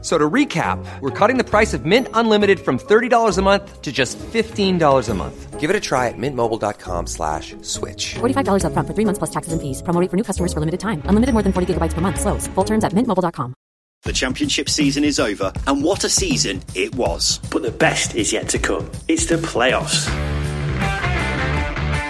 So to recap, we're cutting the price of Mint Unlimited from $30 a month to just $15 a month. Give it a try at mintmobile.com slash switch. $45 upfront for three months plus taxes and fees. Promo rate for new customers for limited time. Unlimited more than 40 gigabytes per month. Slows. Full terms at mintmobile.com. The championship season is over, and what a season it was. But the best is yet to come. It's the playoffs.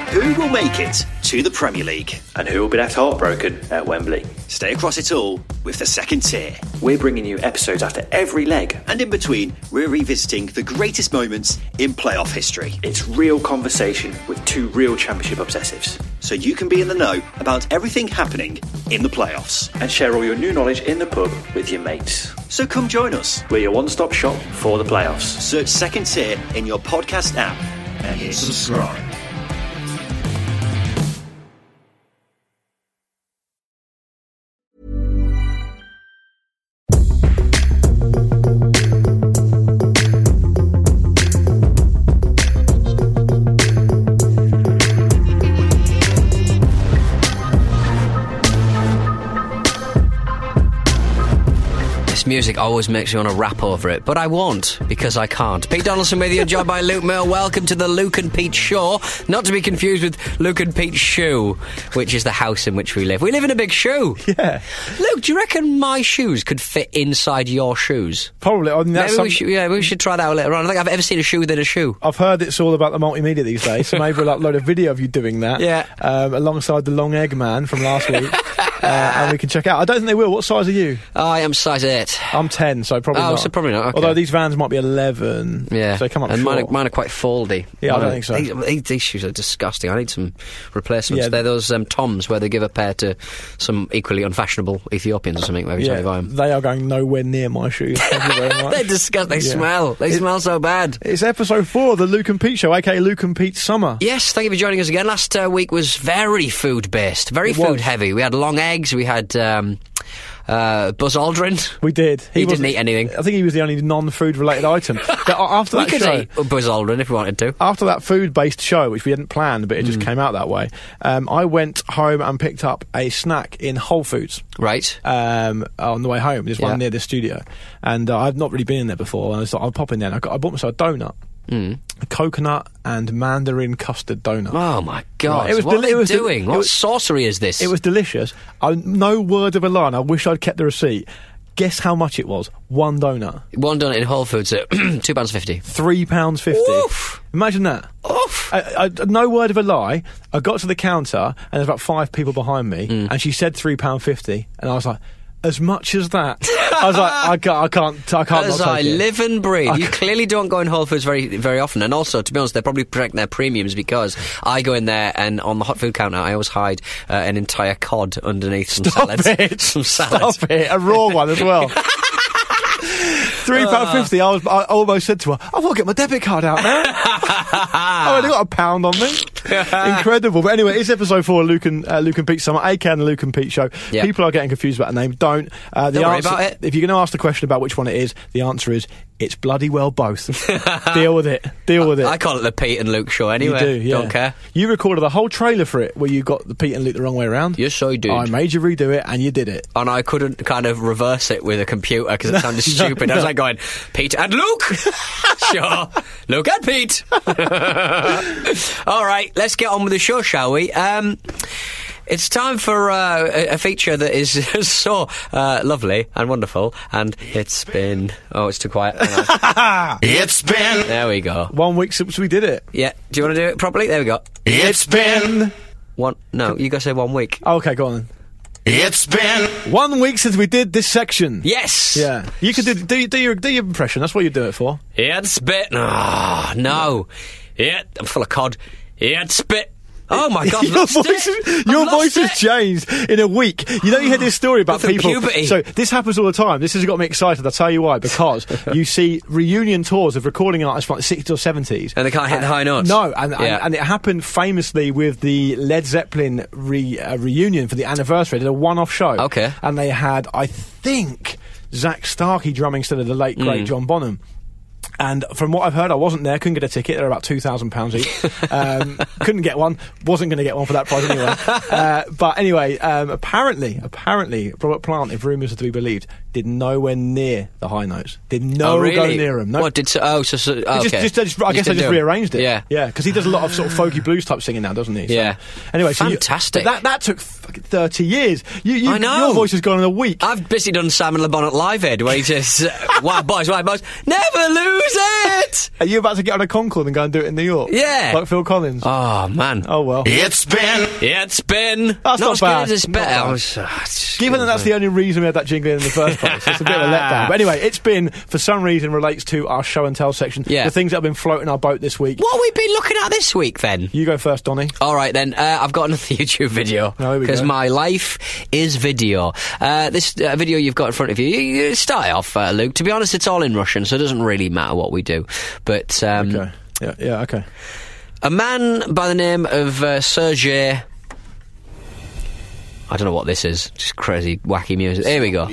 Who will make it to the Premier League? And who will be left heartbroken at Wembley? Stay across it all with the second tier. We're bringing you episodes after every leg. And in between, we're revisiting the greatest moments in playoff history. It's real conversation with two real championship obsessives. So you can be in the know about everything happening in the playoffs. And share all your new knowledge in the pub with your mates. So come join us. We're your one stop shop for the playoffs. Search second tier in your podcast app and hit subscribe. This music always makes you want to rap over it, but I won't because I can't. Pete Donaldson with you, joined by Luke Mill. Welcome to the Luke and Pete Show, not to be confused with Luke and Pete Shoe, which is the house in which we live. We live in a big shoe. Yeah. Luke, do you reckon my shoes could fit inside your shoes? Probably. I mean, that's Maybe we some- should, yeah, we should try that out later on. I don't think I've ever seen a shoe within a shoe. I've heard it's all about the multimedia these days, so maybe we'll upload a video of you doing that. Yeah. Um, alongside the long egg man from last week. uh, and we can check out. I don't think they will. What size are you? I am size eight. I'm 10, so probably Oh, not. so probably not, okay. Although these vans might be 11. Yeah, So they come up and mine are, short. mine are quite foldy. Yeah, I Mine don't are- think so. These, these- these shoes are disgusting. I need some replacements. Yeah. They're those um, Toms where they give a pair to some equally unfashionable Ethiopians or something. Maybe yeah. yeah, they buy 'em. they are going nowhere near my shoes. Thank you very much. They're disgusting. They Yeah. smell. They smell so bad. It's episode four of the Luke and Pete Show, aka Luke and Pete Summer. Yes, thank you for joining us again. Last uh, week was very food based, very It food was. heavy. We had long eggs. We had um, uh, Buzz Aldrin. We did. He didn't wasn't- eat anything. I think he was the only non-food related item. But a- after We that could show, eat Buzz Aldrin if we wanted to. after that food based show, which we hadn't planned, but it just came out that way, um, I went home and picked up a snack in Whole Foods. Right. Um, on the way home, there's Yeah. one near the studio, and uh, I've not really been in there before. And I thought I'll pop in there. And I, got, I bought myself a donut, a coconut and mandarin custard donut. Oh my God! Right, it was what deli- are it they was del- doing? it what was- sorcery is this? It was delicious. I, no word of a lie. And I wish I'd kept the receipt. Guess how much it was? One donut, one done in Whole Foods at two pounds fifty. three pounds fifty. Oof. Imagine that. Oof. I, I, no word of a lie. I got to the counter and there's about five people behind me, Hmm. and she said three pound fifty, and I was like, as much as that. I was like, I can't, I can't, I can't. As not I take it. live and breathe, I you c- clearly don't go in Whole Foods very, very often. And also, to be honest, they're probably protecting their premiums because I go in there and on the hot food counter, I always hide uh, an entire cod underneath some Stop salads. it! Some salads. Stop it! A raw one as well. Three Uh. pound fifty. I was. I almost said to her, "I will get my debit card out now." I only got a pound on me. Incredible. But anyway, it's episode four. Of Luke and uh, Luke and Pete summer. AK and the Luke and Pete show. Yeah. People are getting confused about the name. Don't. Uh, the Don't worry answer, about it. If you're going to ask the question about which one it is, the answer is it's bloody well both. Deal with it. Deal with it. I call it the Pete and Luke show You anyway. do, yeah. Don't care. You recorded a whole trailer for it where you got the Pete and Luke the wrong way around. Yes, I did. I made you redo it, and you did it. and I couldn't kind of reverse it with a computer because it sounded stupid. I was like going, Pete and Luke. sure, Luke and Pete. All right, let's get on with the show, shall we? Um, it's time for uh, a- a feature that is so uh, lovely and wonderful, and it's been oh, it's too quiet. Hang on. It's been, there we go. One week since we did it. Yeah, do you want to do it properly? There we go. it's been, One, no, you got to say one week. Okay, go on. it's been, Then. One week since we did this section. Yes. Yeah, you could do, do, do your do your impression. That's what you do it for. Ah, He had spit. Oh, no. He had, I'm full of cod. He had spit Oh my god, your lost voice, it. has- I've your lost voice it. has changed in a week. You know, you hear this story about Go through people. puberty. So this happens all the time. This has got me excited. I'll tell you why. Because you see reunion tours of recording artists from like the 60s or 70s. And they can't hit the high notes. No, and, and- Yeah. and, it happened famously with the Led Zeppelin re, uh, reunion for the anniversary. They did a one-off show. Okay. And they had, I think, Zach Starkey drumming instead of the late, Hmm. great John Bonham. And from what I've heard, I wasn't there. Couldn't get a ticket. They're about two thousand pounds each. Um, couldn't get one. Wasn't going to get one for that price anyway. Uh, but anyway, um, apparently, apparently, Robert Plant, if rumours are to be believed, did nowhere near the high notes. Did no oh, really? go near him. No, What did so, oh so, so oh, it just- okay. just- I just- I Just guess I didn't just do it. rearranged it. Yeah. yeah, because he does a lot of sort of folky blues type singing now, doesn't he? So- Yeah. Anyway, so you- Fantastic. but that that took fucking thirty years. You, you, I know. Your voice has gone in a week. I've busy done Simon Le Bon at Live Aid where he just uh, Wow boys, wow boys, never lose it Are you about to get on a Concorde and go and do it in New York? Yeah. like Phil Collins. Oh man. oh well. It's been. Yeah, it's been not That's not as good bad. as it's Not better. bad. I was, ah, it's just Given good, that that's man. the only reason we had that jingle in the first place, it's a bit of a letdown. But anyway, it's been for some reason relates to our show and tell section. Yeah. the things that have been floating our boat this week. What have we been looking at this week then? You go first, Donny. All right then, uh, I've got another YouTube video Oh, here we because go. my life is video. Uh, this uh, video you've got in front of you, you you start it off, uh, Luke. To be honest, it's all in Russian, so it doesn't really matter what we do. But um, Okay. Yeah, yeah, okay. a man by the name of uh, Sergey. I don't know what this is. Just crazy, wacky music. Here we go.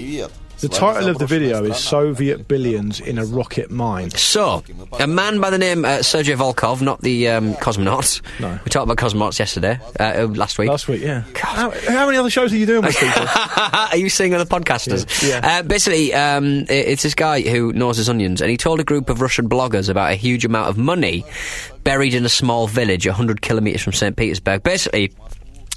The title of the video is Soviet Billions in a Rocket Mine. So, a man by the name uh, Sergei Volkov, not the um, cosmonaut. No. We talked about cosmonauts yesterday, uh, uh, last week. Last week, yeah. How, how many other shows are you doing with people? Are you seeing other podcasters? Yeah. Yeah. Uh, basically, um, i- it's this guy who gnaws his onions, and he told a group of Russian bloggers about a huge amount of money buried in a small village 100 kilometres from St. Petersburg. Basically,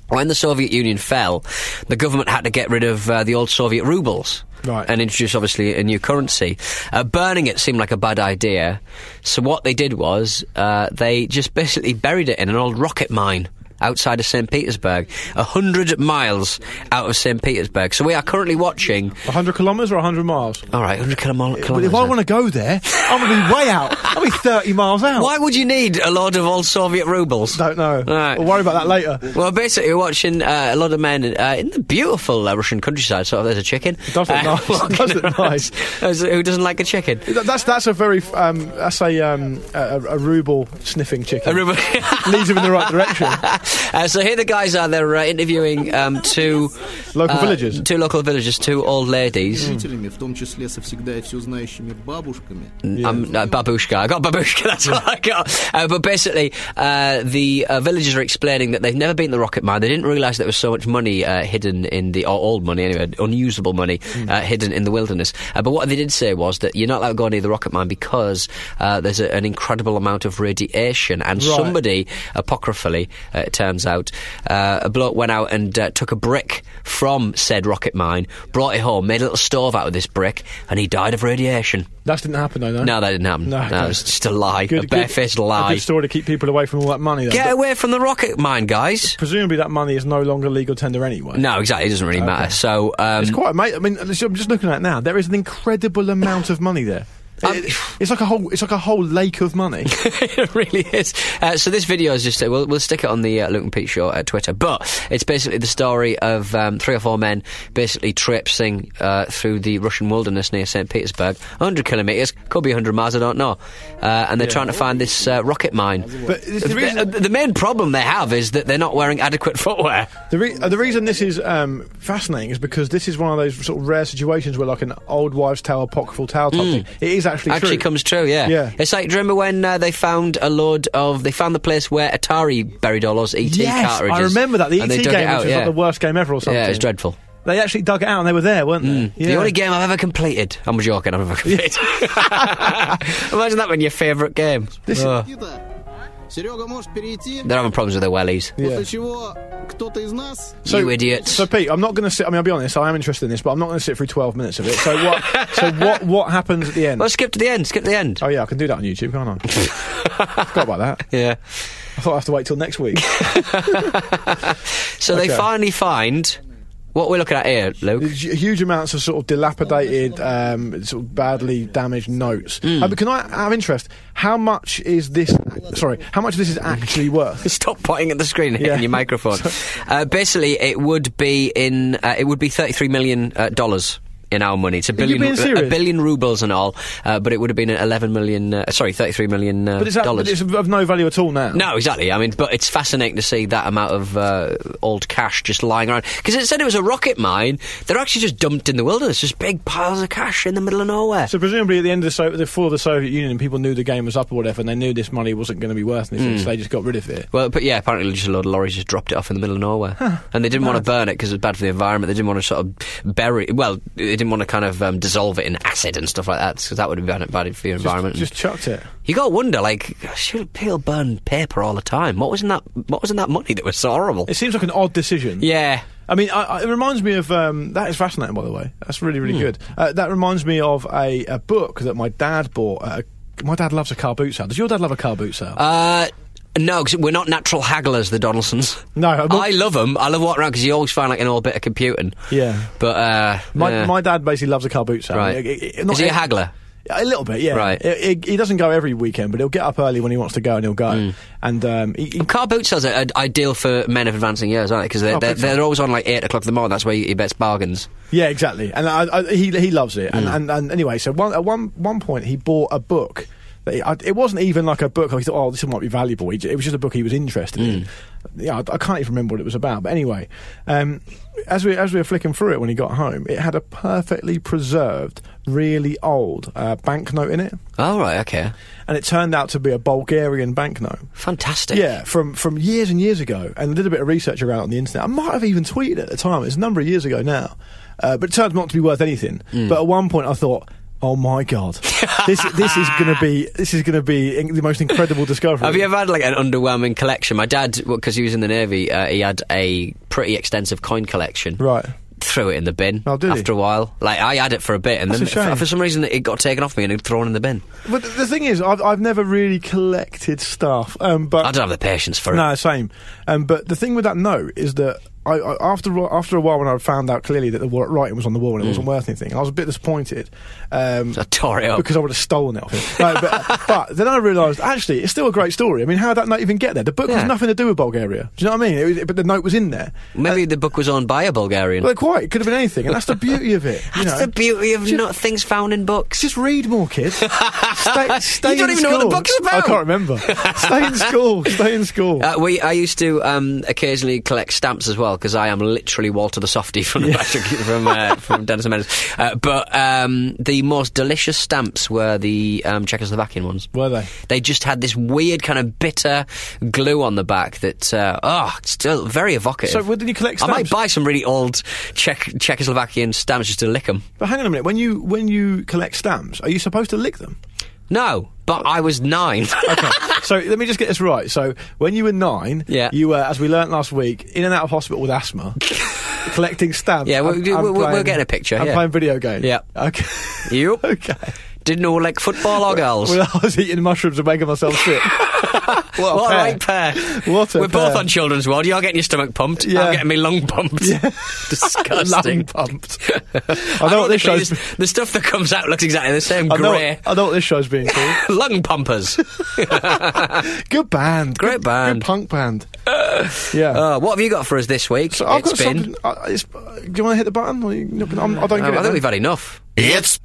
when the Soviet Union fell, the government had to get rid of uh, the old Soviet rubles. Right. And introduce obviously a new currency. Uh, burning it seemed like a bad idea, so what they did was uh, they just basically buried it in an old rocket mine outside of St. Petersburg, a hundred miles out of St. Petersburg. So we are currently watching. 100 kilometres or 100 miles? All right, hundred kilometres. But if I want to go there, I'm going to be way out. I'll be 30 miles out. why would you need a load of old Soviet rubles? Don't know. Right. We'll worry about that later. Well, basically, we're watching uh, a lot of men uh, in the beautiful uh, Russian countryside. Sort of, there's a chicken. Uh, Does look nice. walking Does look around. nice. Who's- Who doesn't like a chicken? Th- That's that's a very f- um, that's a um, a, a ruble sniffing chicken. A ruble- leads him in the right direction. Uh, so here the guys are. They're uh, interviewing um, two Local uh, villagers. two local villagers, two old ladies. жителями, в том числе со всегда и все знающими бабушками. Um, uh, babushka. I got babushka. That's what I got. Uh, but basically, uh, the uh, villagers are explaining that they've never been to the rocket mine. They didn't realise there was so much money uh, hidden in the or old money anyway, unusable money uh, hidden in the wilderness. Uh, but what they did say was that you're not allowed to go near the rocket mine because uh, there's a, an incredible amount of radiation. And Right. somebody, apocryphally, uh, it turns out, uh, a bloke went out and uh, took a brick from said rocket mine, brought it home, made a little stove out of this brick, and he died of radiation. That didn't happen, though. No, No, that didn't happen. No, No, okay. it was just a lie, Good- a good- barefaced A lie. good story to keep people away from all that money. Though. Get But away from the rocket mine, guys. presumably, that money is no longer legal tender anyway. No, exactly. It doesn't really matter. So, um, It's quite amazing. I mean, I'm just looking at it now. There is an incredible amount of money there. Um, It- it's like a whole. It's like a whole lake of money. it really is. Uh, so this video is just uh, we'll, we'll stick it on the uh, Luke and Pete show at Twitter, but it's basically the story of um, three or four men basically traipsing uh, through the Russian wilderness near Saint Petersburg, 100 kilometres, could be 100 miles, I don't know, uh, and they're trying to find this uh, rocket mine. But it's the reason- uh, the main problem they have is that they're not wearing adequate footwear. The, re- uh, the reason this is um, fascinating is because this is one of those sort of rare situations where, like, an old wives' tale, apocryphal tale type thing. It is actually, Hmm. actually true. comes true. Yeah. Yeah. It's like do you remember when uh, they found a load of they found the place where Atari buried all those ET Yes, cartridges. I remember that the ET and they game, dug it out, which was yeah. like the worst game ever, or something. Yeah, it's dreadful. Mm. They actually dug it out, and they were there, weren't they? Yeah. The only game I've ever completed. I'm joking. I've never completed. Imagine that when your favourite game. Oh. Никита, Серега, можешь перейти? They're having problems with their wellies. Yeah. После чего кто-то из нас you idiots. So, Pete, I'm not going to sit. I mean, I'll be honest. I am interested in this, but I'm not going to sit through 12 minutes of it. So what? so what? What happens at the end? Let's skip to the end. Skip to the end. Oh yeah, I can do that on YouTube, can't I? Forgot about that. Yeah. I thought I have to wait till next week. So they Okay. finally find. What we're looking at here, Luke. There's hu- huge amounts of sort of dilapidated, um, sort of badly damaged notes. Mm. Uh, but can I have interest? How much is this? Sorry, how much this is actually worth? Stop pointing at the screen and hitting Yeah. your microphone. uh, basically, it would be in uh, it would be thirty three million uh, dollars in our money. It's a billion, being a serious? billion rubles and all, uh, but it would have been eleven million. Uh, sorry, thirty three million uh, But it's, that, dollars. but it's of no value at all now. No, exactly. I mean, but it's fascinating to see that amount of uh, old cash just lying around. Because it said it was a rocket mine. They're actually just dumped in the wilderness, just big piles of cash in the middle of nowhere. So presumably at the end of the, so- the fall of the Soviet Union, people knew the game was up or whatever, and they knew this money wasn't going to be worth anything, so they just got rid of it. Hmm. Well, but yeah, apparently just a load of lorries just dropped it off in the middle of nowhere, and they didn't want to burn it because it was bad for the environment. They didn't want to sort of bury. Well, they didn't want to kind of um, dissolve it in acid and stuff like that because that would have been bad for your environment. Just chucked it. you got to wonder, like, should people burn paper all the time? What was in that? What was in that money that was so horrible? It seems like an odd decision. yeah. I mean, I, I, it reminds me of um, that is fascinating, by the way. That's really, Hmm. really good. Uh, that reminds me of a, a book that my dad bought. Uh, my dad loves a car boot sale. Does your dad love a car boot sale? Uh, no, because we're not natural hagglers, the Donaldsons. No, I'm not- I love them. I love walking around because you always find like an old bit of computing. Yeah. but uh, my, yeah. my dad basically loves a car boot sale. right. It- it- it- not Is he a ev- haggler? A little bit, yeah. Right. It- it- he doesn't go every weekend, but he'll get up early when he wants to go, and he'll go. Hmm. And um, he, he- Car boot sales are, are uh, ideal for men of advancing years, aren't they? Because they're, Oh, they're, big time. they're always on like 8 o'clock in the morning. That's where he bets bargains. Yeah, exactly. And I, I, he he loves it. And, and, and anyway, so one, at one one point he bought a book. That he, I, it wasn't even like a book. I thought, oh, this might be valuable. He, j- it was just a book he was interested in. Yeah, I, I can't even remember what it was about. But anyway, um, as we as we were flicking through it when he got home, it had a perfectly preserved, really old uh, banknote in it, Oh, right, okay. and it turned out to be a Bulgarian banknote. Fantastic. Yeah, from from years and years ago, and did a bit of research around it on the internet. I might have even tweeted at the time. It's a number of years ago now, uh, but it turned out not to be worth anything. Mm. But at one point, I thought. Oh my god! this this is going to be this is going to be in- the most incredible discovery. Have you ever had like an underwhelming collection? My dad, because he was in the navy, uh, he had a pretty extensive coin collection. Right. Threw it in the bin. Oh, did he? after a while, like I had it for a bit, and That's then a shame. for, for some reason it got taken off me and thrown in the bin. But the thing is, I've I've never really collected stuff. Um, but I don't have the patience for it. No, same. Um, but the thing with that note is that I, I, after a- after a while, when I found out clearly that the wa- writing was on the wall Mm. and it wasn't worth anything, I was a bit disappointed. Um, I tore it up. because I would have stolen it off him. No, but, but then I realised actually it's still a great story. I mean, how did that note even get there? The book Yeah. has nothing to do with Bulgaria. Do you know what I mean? It was, but the note was in there. Maybe the book was owned by a Bulgarian. Well, quite. It could have been anything, and that's the beauty of it. you That's know. the beauty of Just- not things found in books. Just read more, kids. stay, stay You don't in even know what the school. book's about. I can't remember. stay in school. Stay in school. Uh, we, I used to um, occasionally collect stamps as well because I am literally Walter the Softy from the Patrick, from uh, from Dennis and Menace. Uh, but um, the most delicious stamps were the um, Czechoslovakian ones. Were they? They just had this weird kind of bitter glue on the back that uh, oh, it's still very evocative. So, what did you collect I might stamps? buy some really old Czech Czechoslovakian stamps just to lick them. But hang on a minute. When you when you collect stamps, are you supposed to lick them? No, but I was nine. Okay. so let me just get this right. So when you were nine, Yeah. you were, as we learnt last week, in and out of hospital with asthma, collecting stamps. Yeah, we'll- and- and we'll- we'll playing- get a picture, And yeah. playing video games. Yeah. Okay. you okay. didn't know like football or girls. Well, I was eating mushrooms and making myself sick. what a What pair. a right pair. What a We're both pair. on children's ward. You're getting your stomach pumped. Yeah. I'm getting my lung pumped. Lung Disgusting. pumped. I know what this Ironically, show's. this- The stuff that comes out looks exactly the same. I know, Grey. I know what this show's being called. Lung pumpers. Good band. Great Good- band. Good punk band. yeah. Uh, what have you got for us this week? So I've It's got been- something. Uh, it's, uh, do you want to hit the button? Or you, no, I'm, I Um, don't get it. I think then. we've had enough. It's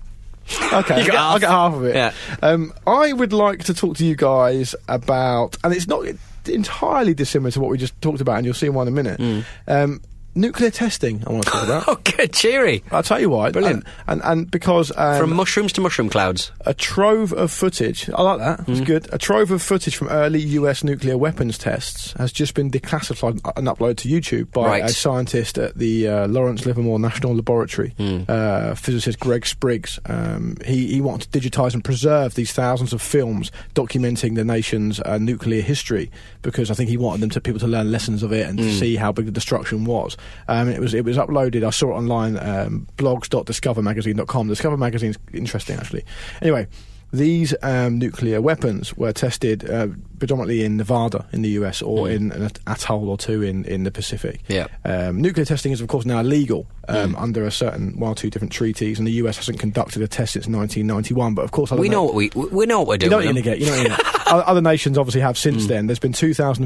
Okay, got I'll get, I'll half. get half of it. Yeah. Um, I would like to talk to you guys about, and it's not entirely dissimilar to what we just talked about, and you'll see why in a minute. Um, nuclear testing, I want to talk about. Hmm. Oh, good. Cheery. I'll tell you why. Brilliant. And, and, and because um, From mushrooms to mushroom clouds. a trove of footage. I like that. Hmm. It's good. A trove of footage from early U.S. nuclear weapons tests has just been declassified and uploaded to YouTube by Right. a scientist at the uh, Lawrence Livermore National Laboratory, uh, physicist Greg Spriggs. Um, he he wanted to digitize and preserve these thousands of films documenting the nation's uh, nuclear history because I think he wanted them to people to learn lessons of it and to see how big the destruction was. Um, it was it was uploaded. I saw it online. Um, blogs.discovermagazine.com. Discover magazine's interesting actually. Anyway. These um, nuclear weapons were tested uh, predominantly in Nevada in the US or in an at- atoll or two in, in the Pacific. Yeah. Um, nuclear testing is, of course, now illegal um, under a certain one or two different treaties, and the US hasn't conducted a test since 1991. But of course, I don't We know know what we we we know what we're doing. Mm. you know what you're going to get. You know what you're gonna get. O- Other nations obviously have since then. There's been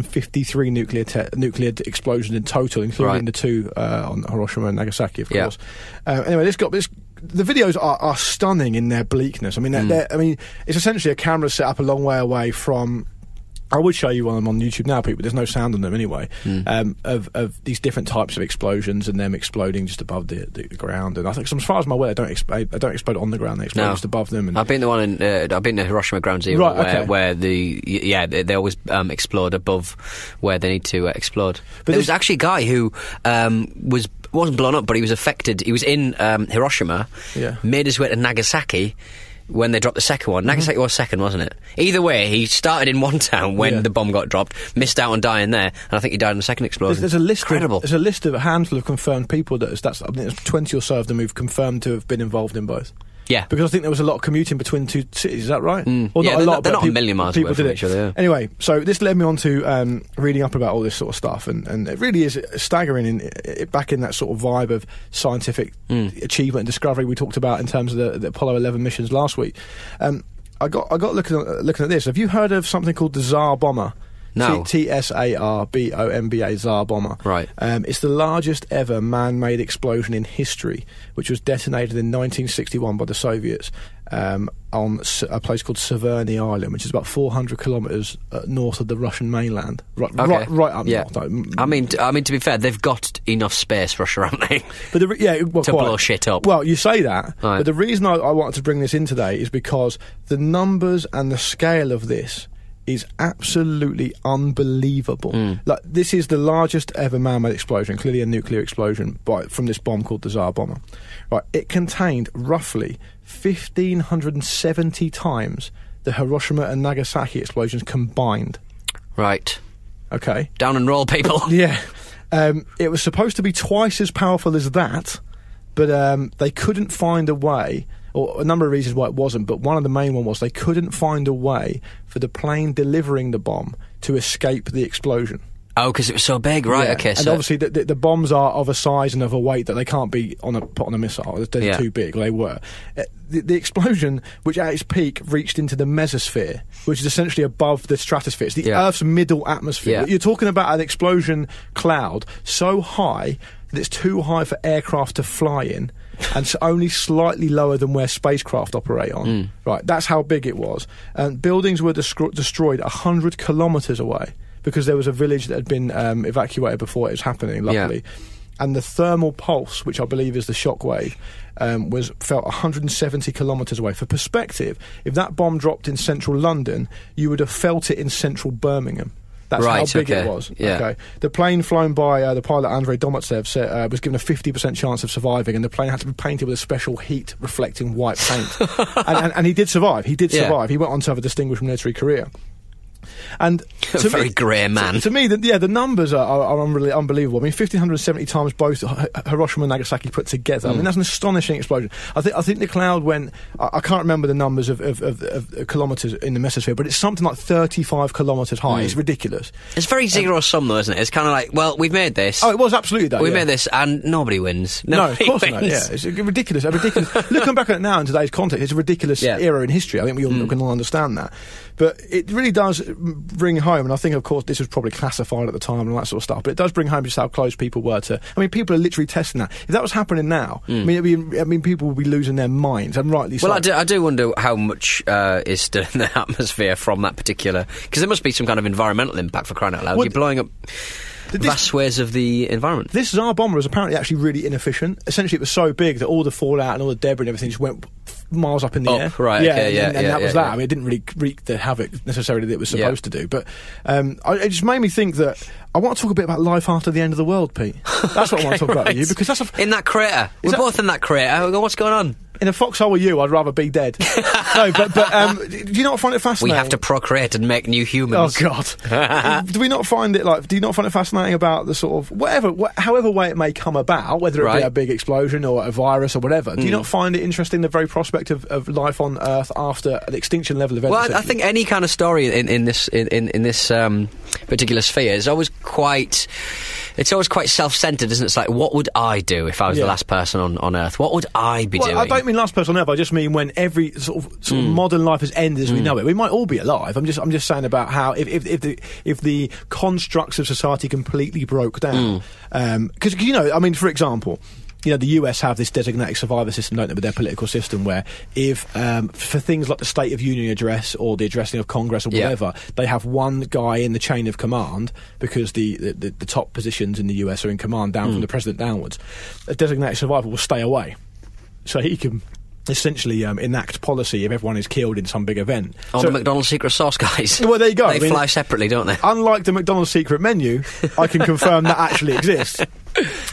2,053 nuclear te- nuclear d- explosions in total, including Right. the two uh, on Hiroshima and Nagasaki, of Yeah. course. Uh, anyway, this got this. The videos are, are stunning in their bleakness. I mean, they're, Mm. they're, I mean, it's essentially a camera set up a long way away from. I would show you one on YouTube now, Pete, but there's no sound on them anyway. Mm. Um, of, of these different types of explosions and them exploding just above the, the ground. And I think, so as far as I'm aware, they don't, exp- they don't explode on the ground; they explode No. just above them. And I've been the one in uh, I've been to Hiroshima Ground Zero Right, where, okay. where the y- yeah they, they always um, explode above where they need to uh, explode. But But there was this- actually a guy who um, was wasn't blown up, but he was affected. He was in um, Hiroshima, Yeah. made his way to Nagasaki. When they dropped the second one, Nagasaki was second, wasn't it? Either way, he started in one town when Mm-hmm. Yeah. the bomb got dropped, missed out on dying there, and I think he died in the second explosion. There's, there's a list. Incredible. Of, there's a list of a handful of confirmed people that is, that's I think there's twenty or so of them who've confirmed to have been involved in both. Yeah. Hmm. because I think there was a lot of commuting between two cities. Is that right? Yeah, they're not- they're but not a million miles away from each other, yeah. Anyway, so this led me on to um, reading up about all this sort of stuff, and, and it really is staggering. In, it, back in that sort of vibe of scientific Hmm. achievement and discovery we talked about in terms of the, the Apollo 11 missions last week. Um, I got I got looking at, looking at this. Have you heard of something called the Tsar bomber? No. T- T S A R B O M B A Tsar bomber. Right. Um, it's the largest ever man made explosion in history, which was detonated in 1961 by the Soviets um, on S- a place called Severny Island, which is about 400 kilometres uh, north of the Russian mainland. Right, Okay. right, right up yeah. north. Mm. like, m- I mean, t- I mean to be fair, they've got enough space, Russia, haven't they? But the re- yeah, well, To quite. blow shit up. Well, you say that, Right. but the reason I, I wanted to bring this in today is because the numbers and the scale of this is absolutely unbelievable. Hmm. Like this is the largest ever man-made explosion, clearly a nuclear explosion, by, from this bomb called the Tsar bomber. Right, it contained roughly 1,570 times the Hiroshima and Nagasaki explosions combined. Right. Okay. Down and roll, people. Yeah. Um, it was supposed to be twice as powerful as that, but um, they couldn't find a way, or a number of reasons why it wasn't, but one of the main one was they couldn't find a way for the plane delivering the bomb to escape the explosion. Oh, because it was so big, right? Yeah. Okay, and so obviously the, the, the bombs are of a size and of a weight that they can't be on a put on a missile. They're Yeah. too big. They were. Uh, The, the explosion, which at its peak reached into the mesosphere, which is essentially above the stratosphere, it's the Yeah. Earth's middle atmosphere. Yeah. You're talking about an explosion cloud so high that it's too high for aircraft to fly in. and s only slightly lower than where spacecraft operate on. Right, that's how big it was. And buildings were descro- destroyed 100 kilometres away because there was a village that had been um, evacuated before it was happening, luckily. And the thermal pulse, which I believe is the shock wave, um, was felt 170 kilometres away. For perspective, if that bomb dropped in central London, you would have felt it in central Birmingham. That's Right, how big okay, it was. yeah. Okay. The plane flown by uh, the pilot Andrei Domatsev said, uh, was given a 50% chance of surviving, and the plane had to be painted with a special heat reflecting white paint. and, and, and he did survive. He did Yeah. survive. He went on to have a distinguished military career. And A to very me- grey man. To, to me, the, yeah, the numbers are, are, are unre- unbelievable. I mean, fifteen hundred seventy times both Hi- Hiroshima and Nagasaki put together. I Mm. mean, that's an astonishing explosion. I think I think the cloud went. I, I can't remember the numbers of, of, of, of kilometers in the mesosphere, but it's something like thirty-five kilometers Mm. high. It's ridiculous. it's very zero sum, though, isn't it? It's kind of like, well, we've made this. Oh, it was absolutely that. we yeah. made this, and nobody wins. No, of Nobody course not. wins. Yeah, it's a ridiculous. A ridiculous. Looking back at it now in today's context, it's a ridiculous Yeah. Hmm. era in history. I think we all can all understand that. But it really does bring home, and I think, of course, this was probably classified at the time and all that sort of stuff. But it does bring home just how close people were to. I mean, people are literally testing that. If that was happening now, I mean, it'd be, I mean, people would be losing their minds, and rightly so. Hmm. Well, I do, I do wonder how much uh, is still in the atmosphere from that particular. Because there must be some kind of environmental impact for crying out loud. Well, You're blowing up Th- this- vast sways of the environment. This Tsar bomber was apparently actually really inefficient. Essentially, it was so big that all the fallout and all the debris and everything just went miles up in the Up, air. right, yeah, okay, and, yeah, and, and yeah, that was yeah, that. yeah. I mean, it didn't really wreak the havoc necessarily that it was Yeah. supposed to do. But um, I, it just made me think that I want to talk a bit about life after the end of the world, Pete. That's what I want to talk about with you because that's a. in that crater. We're that- both in that crater. What's going on? in a foxhole with you, I'd rather be dead. no, but but um, do you not find it We fascinating? have to procreate and make new Oh humans. God! do we not find it like? Do you not find it fascinating about the sort of whatever, wh- however way it may come about, whether it Right. Hmm. be a big explosion or a virus or whatever? Do you not find it interesting the very prospect of, of life on Earth after an extinction level event? Well, I, I essentially? think any kind of story in, in this in, in, in this um, particular sphere is always quite. It's always quite self-centered, isn't it? It's like, what would I do if I was Yeah. the last person on, on Earth? What would I be Well, doing? Hmm. I don't mean last person on earth. I just mean when every sort of, sort of modern life has ended as we know it. We might all be alive. I'm just I'm just saying about how if if, if the if the constructs of society completely broke Hmm. down, because you know, I mean, for example. You know, the US have this designated survivor system, don't they, with their political system, where if, um, for things like the State of Union address or the addressing of Congress or Yeah. whatever, they have one guy in the chain of command because the, the, the, the top positions in the US are in command Hmm. down from the president downwards. A designated survivor will stay away so he can essentially um, enact policy if everyone is killed in some big event. on So- the McDonald's secret sauce, guys. Well, there you go. They I mean- fly separately, don't they? unlike the McDonald's secret menu, I can confirm that actually exists.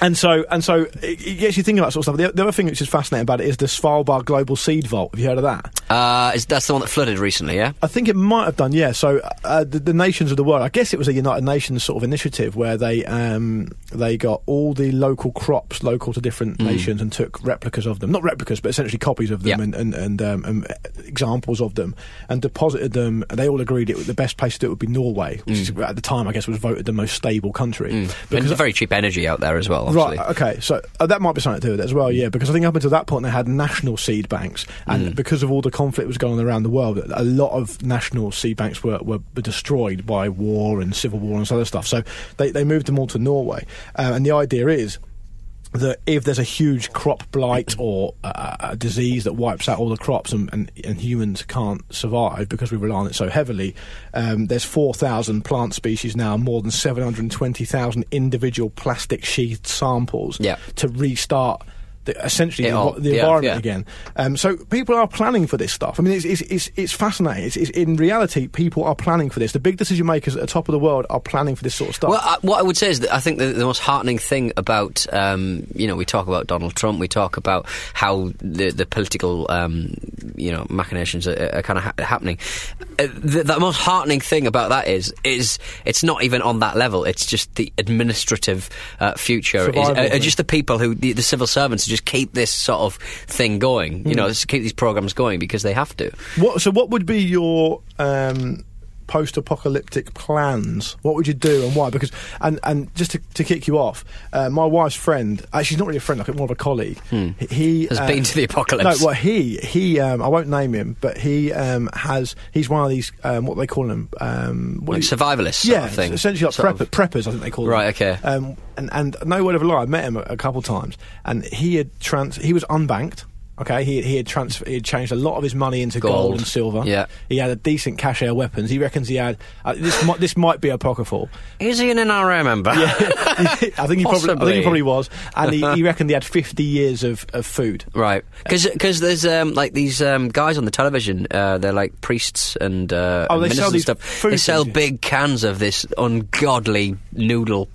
And so, and so, it, it gets you thinking about sort of stuff. The, the other thing which is fascinating about it is the Svalbard Global Seed Vault. Have you heard of that? Uh, is, that's the one that flooded recently, yeah. I think it might have done, yeah. So uh, the, the nations of the world, I guess it was a United Nations sort of initiative where they um, they got all the local crops local to different nations and took replicas of them, not replicas, but essentially copies of them Hmm. Yeah. and and, and, um, and examples of them, and deposited them. They all agreed it the best place to do it would be Norway, which is, at the time I guess was voted the most stable country. Hmm. And Because there's very cheap energy out there as well. Obviously. Right. Okay. So uh, that might be something to do with it as well. Yeah, because I think up until that point they had national seed banks, and because of all the conflict that was going on around the world, a lot of national seed banks were, were, were destroyed by war and civil war and other stuff. So they they moved them all to Norway, uh, and the idea is. That if there's a huge crop blight or uh, a disease that wipes out all the crops and, and, and humans can't survive because we rely on it so heavily, um, there's 4,000 plant species now, more than 720,000 individual plastic sheathed samples Yeah. to restart the, essentially It the, all- envi- the yeah, environment yeah. again. Um, so people are planning for this stuff. I mean, it's it's it's, it's fascinating. It's, it's in reality, people are planning for this. The big decision makers at the top of the world are planning for this sort of stuff. Well, I, what I would say is that I think the, the most heartening thing about, um, you know, we talk about Donald Trump, we talk about how the, the political, um, you know, machinations are, are kind of ha- happening. Uh, the, the most heartening thing about that is, is it's not even on that level. It's just the administrative uh, future. Is, Survival uh, uh, thing. just the people who, the, the civil servants, who just keep this sort of thing Hmm. going, you know, just keep these programs going because they have to. what, so what would be your um, post-apocalyptic plans? What would you do and why? Because and and just to, to kick you off, uh, my wife's friend, actually, she's not really a friend, like more of a colleague. He- He Hmm. um, Has been to the apocalypse. No, well, he he um, I won't name him, but he um, has he's one of these um, what do they call them um, what Like do you- survivalists sort Yeah, of thing, essentially like sort of. prepper, preppers, I think they call Right, them. okay. Um, and, and no word of a lie, I met him a, a couple times, and he had trans he was unbanked. Okay, he he had trans- he had changed a lot of his money into gold, Gold. and silver. Yeah. he had a decent cache of weapons. He reckons he had uh, this. might this might be apocryphal. Is he an NRA member? I think he probably I think Possibly. he probably was, and he, he reckoned he had fifty years of, of food. Right, because there's um, like these um, guys on the television. Uh, they're like priests and uh, Oh, and they ministers sell and these stuff. food they sell things, yeah. big cans of this ungodly noodle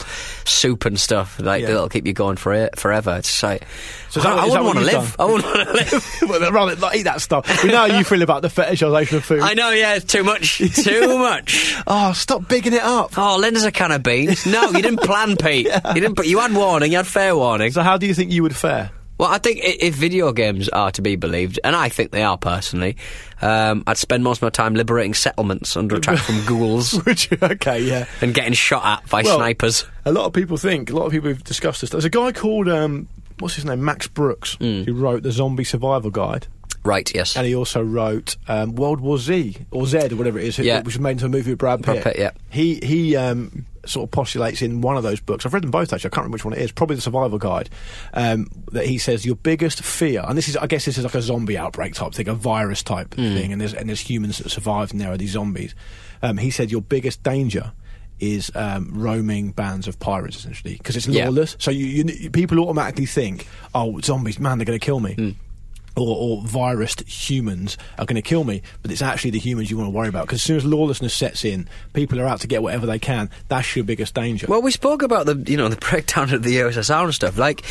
soup and stuff. Like Yeah. that'll keep you going for e-, forever. It's just like So is I, that- I is that wouldn't want what to you've live. I wouldn't want to live. Well, rather not eat that stuff. We know how you feel about the fetishization of food. I know, yeah, it's too much, too much. Oh, stop bigging it up. Oh, lend us a can of beans. No, you didn't plan, Pete. You didn't. But you had warning. You had fair warning. So, how do you think you would fare? Well, I think i- if video games are to be believed, and I think they are personally, um, I'd spend most of my time liberating settlements under attack from ghouls Would you? Okay, yeah. and getting shot at by Well, snipers. A lot of people think. A lot of people have discussed this. There's a guy called um, what's his name, Max Brooks, who wrote the Zombie Survival Guide, Right, yes. and he also wrote um, World War Z or Z or whatever it is, who- Yeah. which was made into a movie with Brad Brad Pitt. Pitt, yeah. He he um, sort of postulates in one of those books. I've read them both actually. I can't remember which one it is. Probably the Survival Guide. Um, that he says your biggest fear, and this is I guess this is like a zombie outbreak type thing, a virus type Mm. thing, and there's and there's humans that survived, and there are these zombies. Um, he said your biggest danger. Is um, roaming bands of pirates essentially because it's Yeah. lawless. So you, you people automatically think, oh, zombies, man, they're going to kill me Mm. or, or virused humans are going to kill me, but it's actually the humans you want to worry about. Because as soon as lawlessness sets in, people are out to get whatever they can. That's your biggest danger. Well, we spoke about the you know the breakdown of the USSR and stuff. Like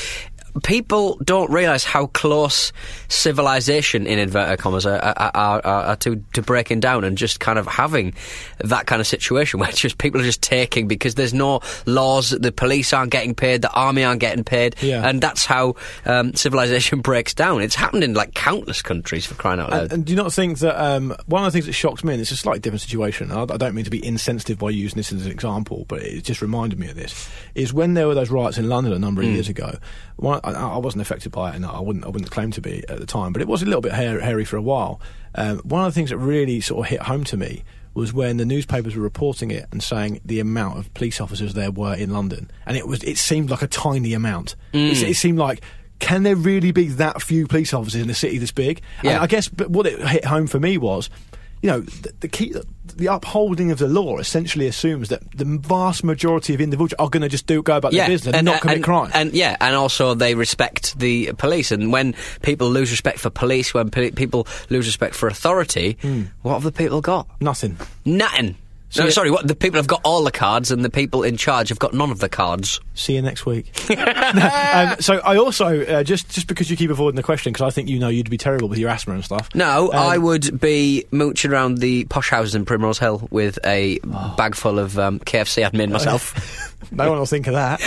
people don't realise how close civilization, in inverted commas, are, are, are, are, are to, to breaking down and just kind of having that kind of situation where just people are just taking because there's no laws, the police aren't getting paid, the army aren't getting paid, Yeah. and that's how um, civilization breaks down. It's happened in like countless countries for crying out loud. And, and do you not think that um, one of the things that shocks me, and it's a slightly different situation, and I, I don't mean to be insensitive by using this as an example, but it just reminded me of this, is when there were those riots in London a number of years ago, one, I, I wasn't affected by it, and I wouldn't, I wouldn't claim to be at the time, but it was a little bit hair, hairy for a while. Um, one of the things that really sort of hit home to me was when the newspapers were reporting it and saying the amount of police officers there were in London, and it was it seemed like a tiny amount. It, it seemed like can there really be that few police officers in a city this big? And Yeah. I guess but what it hit home for me was, you know, the, the key, the upholding of the law essentially assumes that the vast majority of individuals are going to just do go about their business and, not commit and, crime. And yeah, and also they respect the police. And when people lose respect for police, when pe- people lose respect for authority, what have the people got? Nothing. Nothing. So no, Hmm. yeah- sorry. What the people have got all the cards, and the people in charge have got none of the cards. See you next week. No, um, so I also uh, just just because you keep avoiding the question because I think you know you'd be terrible with your asthma and stuff. No, Um, I would be mooching around the posh houses in Primrose Hill with a Oh. bag full of um, KFC I'd made myself. No one will think of that.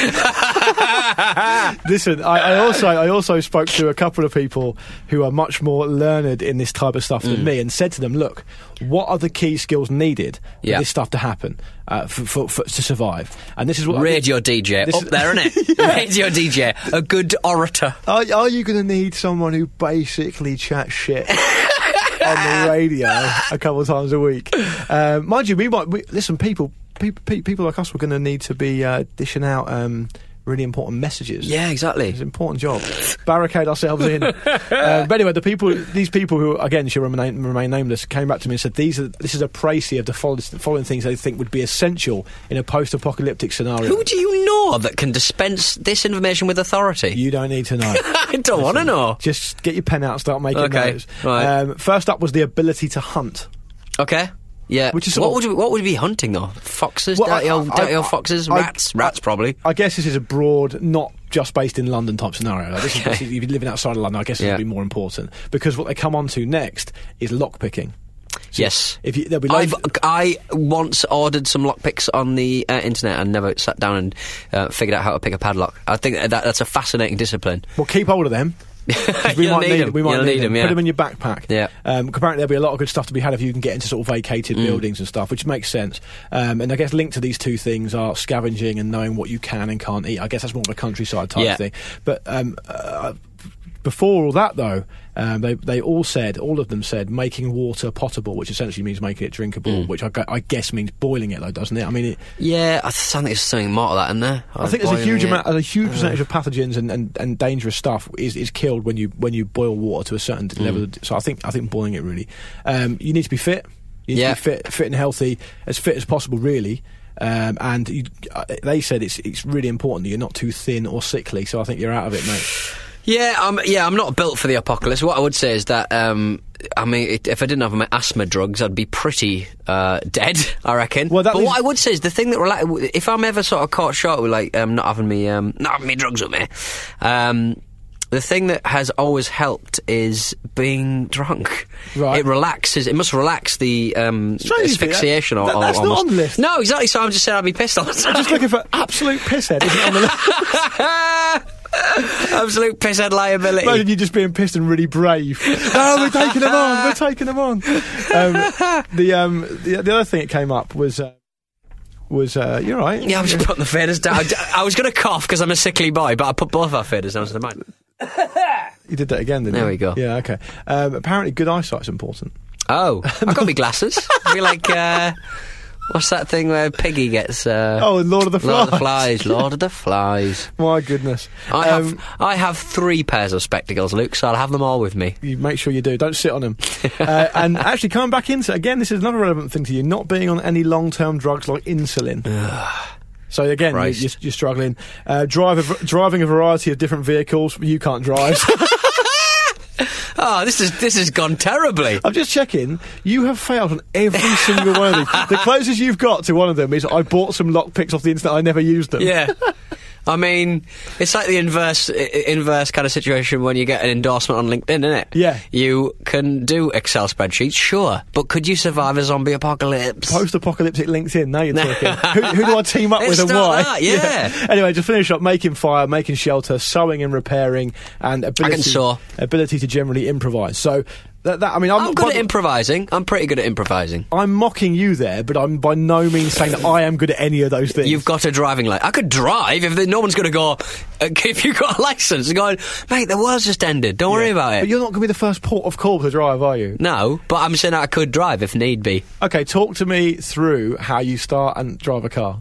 Listen, I, I also I also spoke to a couple of people who are much more learned in this type of stuff Mm. than me, and said to them, "Look, what are the key skills needed for Yeah. this stuff to happen, uh, for, for, for to survive?" And this is what I- Radio DJ This up is- there, isn't it? Radio DJ, a good orator. Are, are you going to need someone who basically chats shit on the radio a couple of times a week? Um, mind you, we might we, listen. People, people, people like us, we're going to need to be uh, dishing out um, really important messages. Yeah, exactly. It's an important job. Barricade ourselves in. um, but anyway, the people, these people who again should remain, remain nameless, came back to me and said, "These are this is a précis of the follow- following things they think would be essential in a post-apocalyptic scenario." Who do you know that can dispense this information with authority? you don't need to know. I don't want to know. Just get your pen out and start making Okay, notes. right. Um, first up was the ability to hunt. Okay. Yeah. Which is what all- would we, what would we be hunting though? Foxes, Well, dirty, I- old, I- dirty I- old foxes, I- rats, rats probably. I guess this is a broad, not just based in London type scenario. Like, this is- Okay. this is, if you're living outside of London, I guess it Yeah. would be more important because what they come on to next is lock picking. yes. If you, there'll be loads I've, I once ordered some lockpicks on the uh, internet and never sat down and uh, figured out how to pick a padlock. I think that, that's a fascinating discipline. Well, keep hold of them. 'cause we You'll might need need, 'em. we might You'll need, need them. 'em, yeah. Put them in your backpack. Yeah. Mm. Um, apparently, there'll be a lot of good stuff to be had if you can get into sort of vacated buildings and stuff, which makes sense. Um, and I guess linked to these two things are scavenging and knowing what you can and can't eat. I guess that's more of a countryside type Yeah. thing. But um, uh, before all that, though, um, they they all said, all of them said, making water potable, which essentially means making it drinkable, Mm. which I, gu- I guess means boiling it, though, doesn't it? I mean, it, Yeah, I th- I think there's something more to that in there. I think there's a huge amount, a huge percentage of pathogens and, and, and dangerous stuff is, is killed when you when you boil water to a certain level. So I think I think boiling it really. Um, you need to be fit. You need Yeah. to be fit, fit and healthy, as fit as possible, really. Um, and you, uh, they said it's it's really important that you're not too thin or sickly. So I think you're out of it, mate. Yeah, I'm, yeah, I'm not built for the apocalypse. What I would say is that, um, I mean, it, if I didn't have my asthma drugs, I'd be pretty uh, dead, I reckon. Well, that but what leaves- I would say is the thing that rela- if I'm ever sort of caught short with like um, not having me um, not having me drugs with me, um, the thing that has always helped is being drunk. Right. It relaxes. It must relax the um, Strangely, that- asphyxiation. or, that- or that's not almost. on the list. No, exactly. So I'm just saying I'd be pissed all the time. Just looking for absolute pisshead. Isn't it, on the left? Absolute pisshead liability. Imagine you just being pissed and really brave. No, we're taking them on. We're taking them on. Um, the, um, the the other thing that came up was uh, was uh, you're right. Yeah, I'm just putting the faders down. I d- I was going to cough because I'm a sickly boy, but I put both our faders down to the mind. You did that again, didn't There you? we go. Yeah, okay. Um, apparently, good eyesight's important. Oh, I got me glasses. Be like, uh, what's that thing where Piggy gets? Uh, Oh, and Lord of the Flies. Lord of the Flies. Lord of the Flies. My goodness. I Um, have I have three pairs of spectacles, Luke. So I'll have them all with me. you make sure you do. Don't sit on them. uh, and actually, coming back into again, this is another relevant thing to you: not being on any long-term drugs like insulin. So again, you- Christ. you're, you're struggling. Uh, drive a, v- driving a variety of different vehicles. You can't drive. Oh, this is this has gone terribly. I'm just checking. You have failed on every single one of these. The closest you've got to one of them is I bought some lockpicks off the internet. I never used them. Yeah. I mean, it's like the inverse i- i- inverse kind of situation when you get an endorsement on LinkedIn, isn't it? Yeah. You can do Excel spreadsheets, sure, but could you survive a zombie apocalypse? Post-apocalyptic LinkedIn. Now you're talking. who, who do I team up Let's with and start why? that, yeah. Anyway, to finish up, making fire, making shelter, sewing and repairing, and ability sew. ability to generally improvise. So that, that I mean, I'm, I'm not good quite- at improvising. I'm pretty good at improvising. I'm mocking you there, but I'm by no means saying that I am good at any of those things. You've got a driving license. I could drive if there, no one's going to go. uh, If you got a license, They're going, mate, the world's just ended. Don't worry about it. But you're not going to be the first port of call to drive, are you? no, but I'm saying I could drive if need be. Okay, talk to me through how you start and drive a car.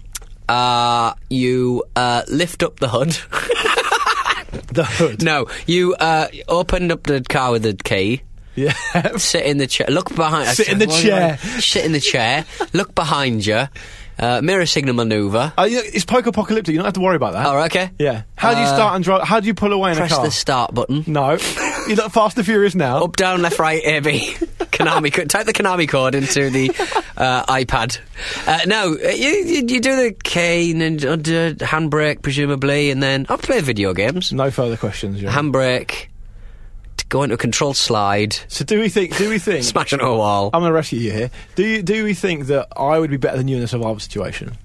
Uh, you uh, lift up the hood. The hood. no, you uh, opened up the car with the key. Yeah. Uh, Sit in the chair. Look behind. Sit in the Well, chair. Sit in the chair. Look behind you. Uh, mirror signal manoeuvre. Oh, yeah, it's poke apocalyptic. You don't have to worry about that. Oh, okay. Uh, Yeah. How do you start and drive? How do you pull away in a Press car? the start button. no. You're not fast and furious now. Up, down, left, right, A, B. Konami. co- Type the Konami code into the uh, iPad. Uh, no, uh, you, you you do the cane and uh, do handbrake presumably, and then I play video games. No further questions. Joe. Handbrake. To go into a control slide. so do we think? Do we think? Smash into a wall. I'm going to rescue you here. Do you, do we think that I would be better than you in a survival situation?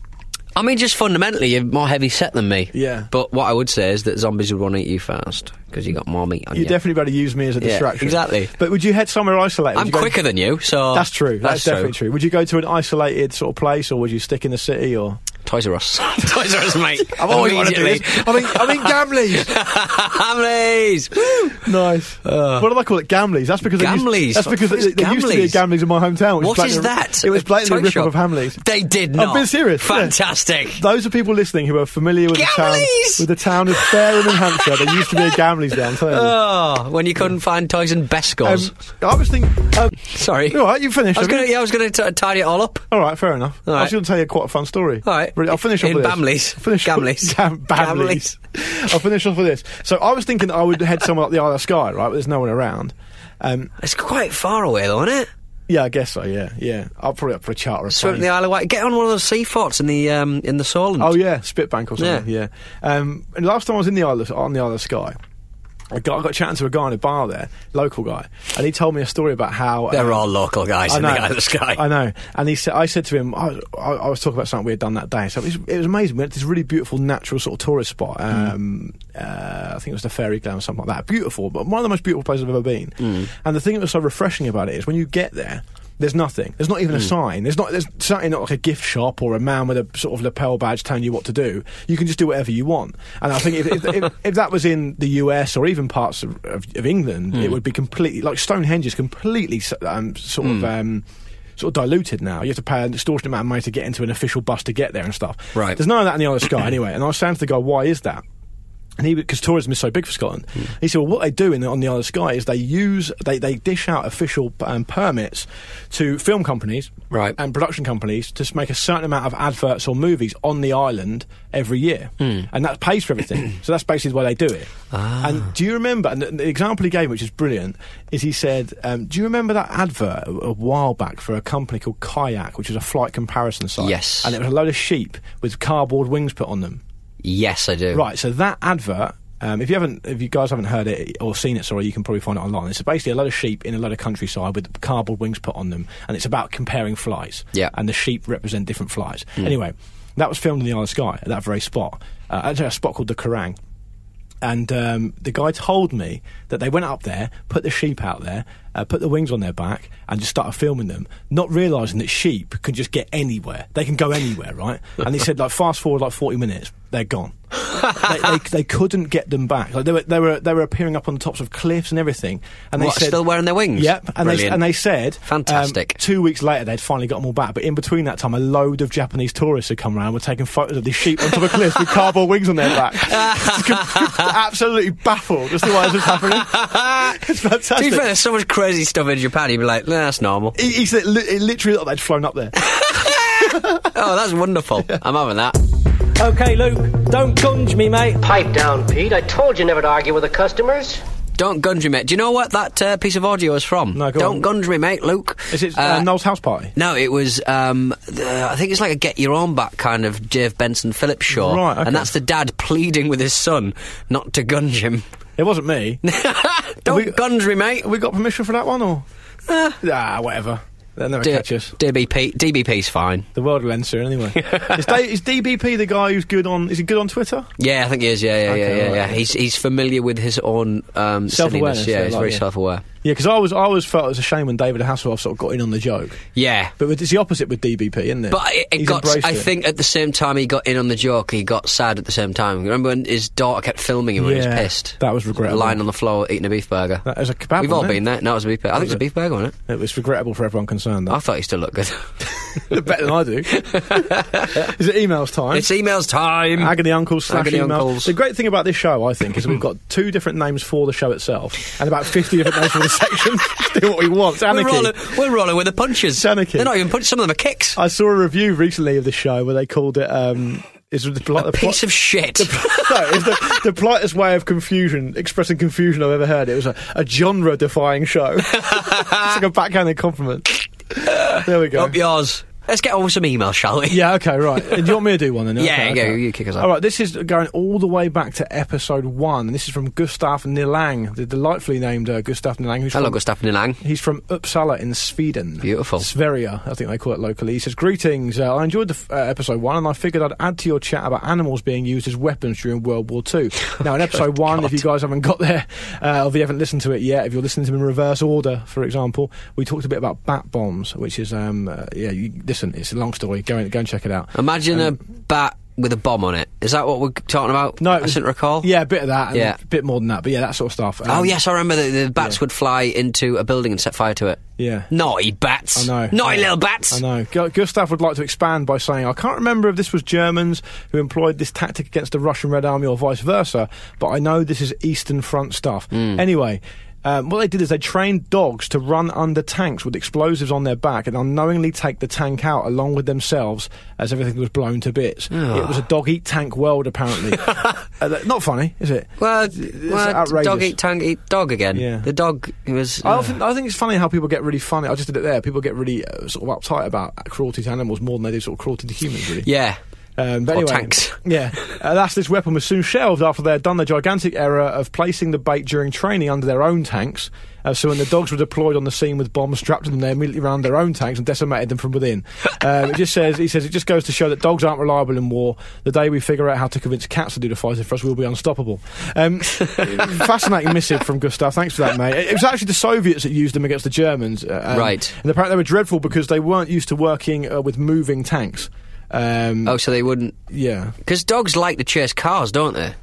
I mean, just fundamentally, you're more heavy set than me. Yeah. But what I would say is that zombies would want to eat you fast because you got more meat on You're you. definitely better use me as a Yeah, distraction. exactly. But would you head somewhere isolated? Would I'm you go- quicker than you, so That's true. That's, definitely true. Would you go to an isolated sort of place, or would you stick in the city? Or Toys R Us, Toys R Us, mate. I've always wanted to do this. Oh, Immediately. I mean, I mean, Gamleys. Hamleys. nice. what did I call it? Gamleys. That's because They Gamleys. used, that's because Uh. What the there, fuck is there used to be a Gamleys? Gamleys in my hometown. which What is blatantly- that? It was A blatantly toy rip shop? off of Hamleys. Oh, They did I'm not. being serious, yeah. Fantastic. Those are people listening who are familiar with the town Gamleys! with the town of Fareham in Hampshire. There used to be a Gamleys there. I'm telling you. Oh, when you couldn't find toys and Um, Bescos. I was thinking. Um, Sorry. all right, you finished. I was have you? going to. Yeah, I was going to tidy it all up. All right, fair enough. All I right. was going to tell you quite a fun story. All right. Really, I'll finish off In with Bamleys. this. I'll Finish Gamleys. Gam- Bamleys. I'll finish off with this. So I was thinking I would head somewhere up the Isle of Skye, right? But there's no one around. Um, It's quite far away, though, isn't it? yeah, I guess so. Yeah, yeah. I'll probably up for a charter. Or a Swim plane. the Isle of Wight. Get on one of those sea forts in the um, in the Solent. Oh yeah, Spitbank or something. Yeah. Um, and last time I was in the Isle of, on the Isle of Skye, I got, I got chatting to a guy in a bar there, local guy, and he told me a story about how They're um, all local guys in the Isle of Skye. I know. And he said, I said to him, I, I, I was talking about something we had done that day. So it was, it was amazing. We went to this really beautiful natural sort of tourist spot. Um, uh, I think it was the Fairy Glen or something like that. Beautiful, but one of the most beautiful places I've ever been. And the thing that was so refreshing about it is when you get there. There's nothing. There's not even a sign. There's not. There's certainly not like a gift shop or a man with a sort of lapel badge telling you what to do. You can just do whatever you want. And I think if, if, if, if that was in the US or even parts of, of, of England, it would be completely like Stonehenge is completely s- um, sort of um, sort of diluted now. You have to pay an extortionate amount of money to get into an official bus to get there and stuff. Right. There's none of that in the Isle of Skye anyway. And I was saying to the guy, why is that? And he, because tourism is so big for Scotland, Hmm. he said, "Well, what they do in the, on the Isle of Skye is they use they, they dish out official um, permits to film companies Right. and production companies to s- make a certain amount of adverts or movies on the island every year, Hmm. and that pays for everything. so that's basically why they do it. Ah. And do you remember? And the, the example he gave, which is brilliant, is he said, um, "Do you remember that advert a, a while back for a company called Kayak, which is a flight comparison site? Yes. and it was a load of sheep with cardboard wings put on them." yes, I do. Right, so that advert. Um, if you haven't, if you guys haven't heard it or seen it, sorry, you can probably find it online. It's basically a lot of sheep in a lot of countryside with cardboard wings put on them, and it's about comparing flights. Yeah. Hmm. and the sheep represent different flights. Anyway, that was filmed in the Isle of Skye at that very spot, uh, actually a spot called the Kerrang. And um, the guy told me that they went up there, put the sheep out there, uh, put the wings on their back, and just started filming them, not realizing that sheep can just get anywhere. They can go anywhere, right? And he said, like, fast forward like 40 minutes, they're gone. they, they, they couldn't get them back. Like, they, were, they, were, they were appearing up on the tops of cliffs and everything. And they What, said, still wearing their wings? Yep. And, they, Brilliant. and they said, um, Fantastic. two weeks later, they'd finally got them all back. But in between that time, a load of Japanese tourists had come around, were taking photos of these sheep on top of cliffs with cardboard wings on their back. Just com- Absolutely baffled as to why this was happening. it's To be fantastic. fair, there's so much crazy stuff in Japan. You'd be like, nah, that's normal. he, he said, li- it literally looked like they'd flown up there. oh, that's wonderful. I'm having that. Okay, Luke, don't gunge me, mate. Pipe down, Pete. I told you never to argue with the customers. Don't gunge me, mate. Do you know what that uh, piece of audio is from? No, go Don't on. gunge me, mate, Luke. Is it uh, Noel's house party? No, it was. Um, the, I think it's like a get your own back kind of Dave Benson Phillips show. Right, okay. And that's the dad pleading with his son not to gunge him. It wasn't me. Don't we- gunge me, mate. Have we got permission for that one or? ah, whatever. They'll never D- catch us. DBP, DBP's fine. The world will end soon anyway. is, Da- is DBP the guy who's good on? Is he good on Twitter? Yeah, I think he is. Yeah, yeah, Okay, yeah, yeah, right. yeah. He's he's familiar with his own um, Self-awareness, silliness. Yeah, yeah, he's like, very yeah. self-aware. Yeah, because I always, I always felt it was a shame when David Hasselhoff sort of got in on the joke. Yeah, But it's the opposite with DBP, isn't it? But it, it He's got. embraced I it. think at the same time he got in on the joke, he got sad at the same time. Remember when his daughter kept filming him when he was Yeah, pissed? that was regrettable. Lying on the floor eating a beef burger. That was a kebab, We've all wasn't it? been there. No, it was a beef burger. I think it's a it? beef burger, wasn't it? it was regrettable for everyone concerned. I That. thought he still looked good. Better than I do. is it emails time? it's emails time. Agony Uncles slash Agony emails. Uncles. The great thing about this show, I think, is we've got two different names for the show itself and about 50 different names for the section. do what we want. we're, Anarchy. rolling, we're rolling with the punches. It's anarchy. They're not even punches. Some of them are kicks. I saw a review recently of the show where they called it. Um, is the pl- a piece of shit. no, it's the, the politest way of confusion, expressing confusion I've ever heard. It was a, a genre-defying show. it's like a backhanded compliment. There we go. Up yours. Let's get on with some emails, shall we? Yeah, okay, right. Do you want me to do one then? Yeah, okay, go, okay. you kick us off. All right, this is going all the way back to episode one. This is from Gustav Nilang, the delightfully named uh, Gustav Nilang. Who's Hello, from, Gustaf Nilang. He's from Uppsala in Sweden. Beautiful. Sverige, I think they call it locally. He says, Greetings. Uh, I enjoyed the f- uh, episode one and I figured I'd add to your chat about animals being used as weapons during World War Two. Now, in Oh, episode one, if you guys haven't got there, uh, or if you haven't listened to it yet, if you're listening to them in reverse order, for example, we talked a bit about bat bombs, which is, um, uh, yeah, you, listen, it's a long story. Go, and go and check it out. Imagine a bat with a bomb on it. Is that what we're talking about? Um, No, it I was- didn't recall. Yeah, a bit of that. And Yeah. A bit more than that, but yeah, that sort of stuff. Um, Oh yes, I remember the, the bats would fly into a building and set fire to it. Yeah. naughty bats. I know. naughty Yeah. little bats. I know. Gu- Gustav would like to expand by saying, I can't remember if this was Germans who employed this tactic against the Russian Red Army or vice versa, but I know this is Eastern Front stuff. Mm. Anyway. Um, what they did is they trained dogs to run under tanks with explosives on their back and unknowingly take the tank out along with themselves as everything was blown to bits. It Ah. was a dog eat tank world, apparently. Uh, th- not funny, is it? Well, well outrageous. dog eat tank eat dog again. Yeah. Oh, The dog was. uh, I, often, I think it's funny how people get really funny. I just did it there. People get really uh, sort of uptight about cruelty to animals more than they do sort of cruelty to humans, really. yeah. Um, but Or anyway, tanks. Yeah, uh, that's this weapon was soon shelved after they had done the gigantic error of placing the bait during training under their own tanks. Uh, so when the dogs were deployed on the scene with bombs strapped to them, they immediately ran their own tanks and decimated them from within. Um, it just says he says it just goes to show that dogs aren't reliable in war. The day we figure out how to convince cats to do the fighting for us, we'll be unstoppable. Um, fascinating missive from Gustav. Thanks for that, mate. It, it was actually the Soviets that used them against the Germans. Uh, um, Right. And apparently they were dreadful because they weren't used to working uh, with moving tanks. Um, Oh, so they wouldn't. yeah. Because dogs like to chase cars, don't they?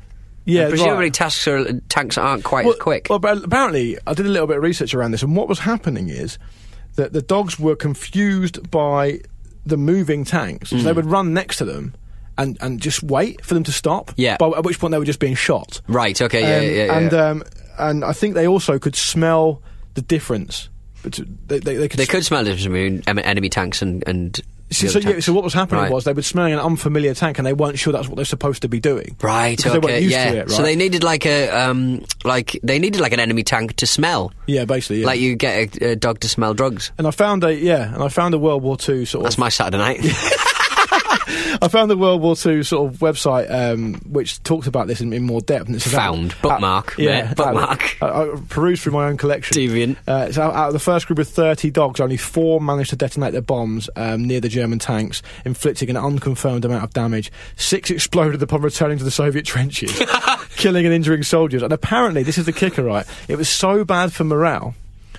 Yeah, And presumably right. tasks are, tanks aren't quite well, as quick. Well, but apparently, I did a little bit of research around this, and what was happening is that the dogs were confused by the moving tanks, so Mm. they would run next to them and, and just wait for them to stop. Yeah. By, at which point they were just being shot. right. Okay. Yeah. Um, yeah. yeah, And yeah. um, and I think they also could smell the difference. But they, they, they could. they sm- could smell it between em- enemy tanks and and. So, the so, other yeah, tanks. so what was happening Right. was they were smelling an unfamiliar tank, and they weren't sure that's what they're supposed to be doing. Right. Because okay. they weren't used yeah. to it. Right. So they needed like a um like they needed like an enemy tank to smell. yeah, basically. Yeah. Like you get a, a dog to smell drugs. and I found a yeah, and I found a World War Two sort of That's my Saturday night. I found the World War II sort of website um, which talks about this in, in more depth. And it's about- Found. Bookmark, mate. out- Bookmark. I, I perused through my own collection. Deviant. Uh, so out, out of the first group of 30 dogs, only four managed to detonate their bombs um, near the German tanks, inflicting an unconfirmed amount of damage. Six exploded upon returning to the Soviet trenches, killing and injuring soldiers. And apparently, this is the kicker, right? It was so bad for morale.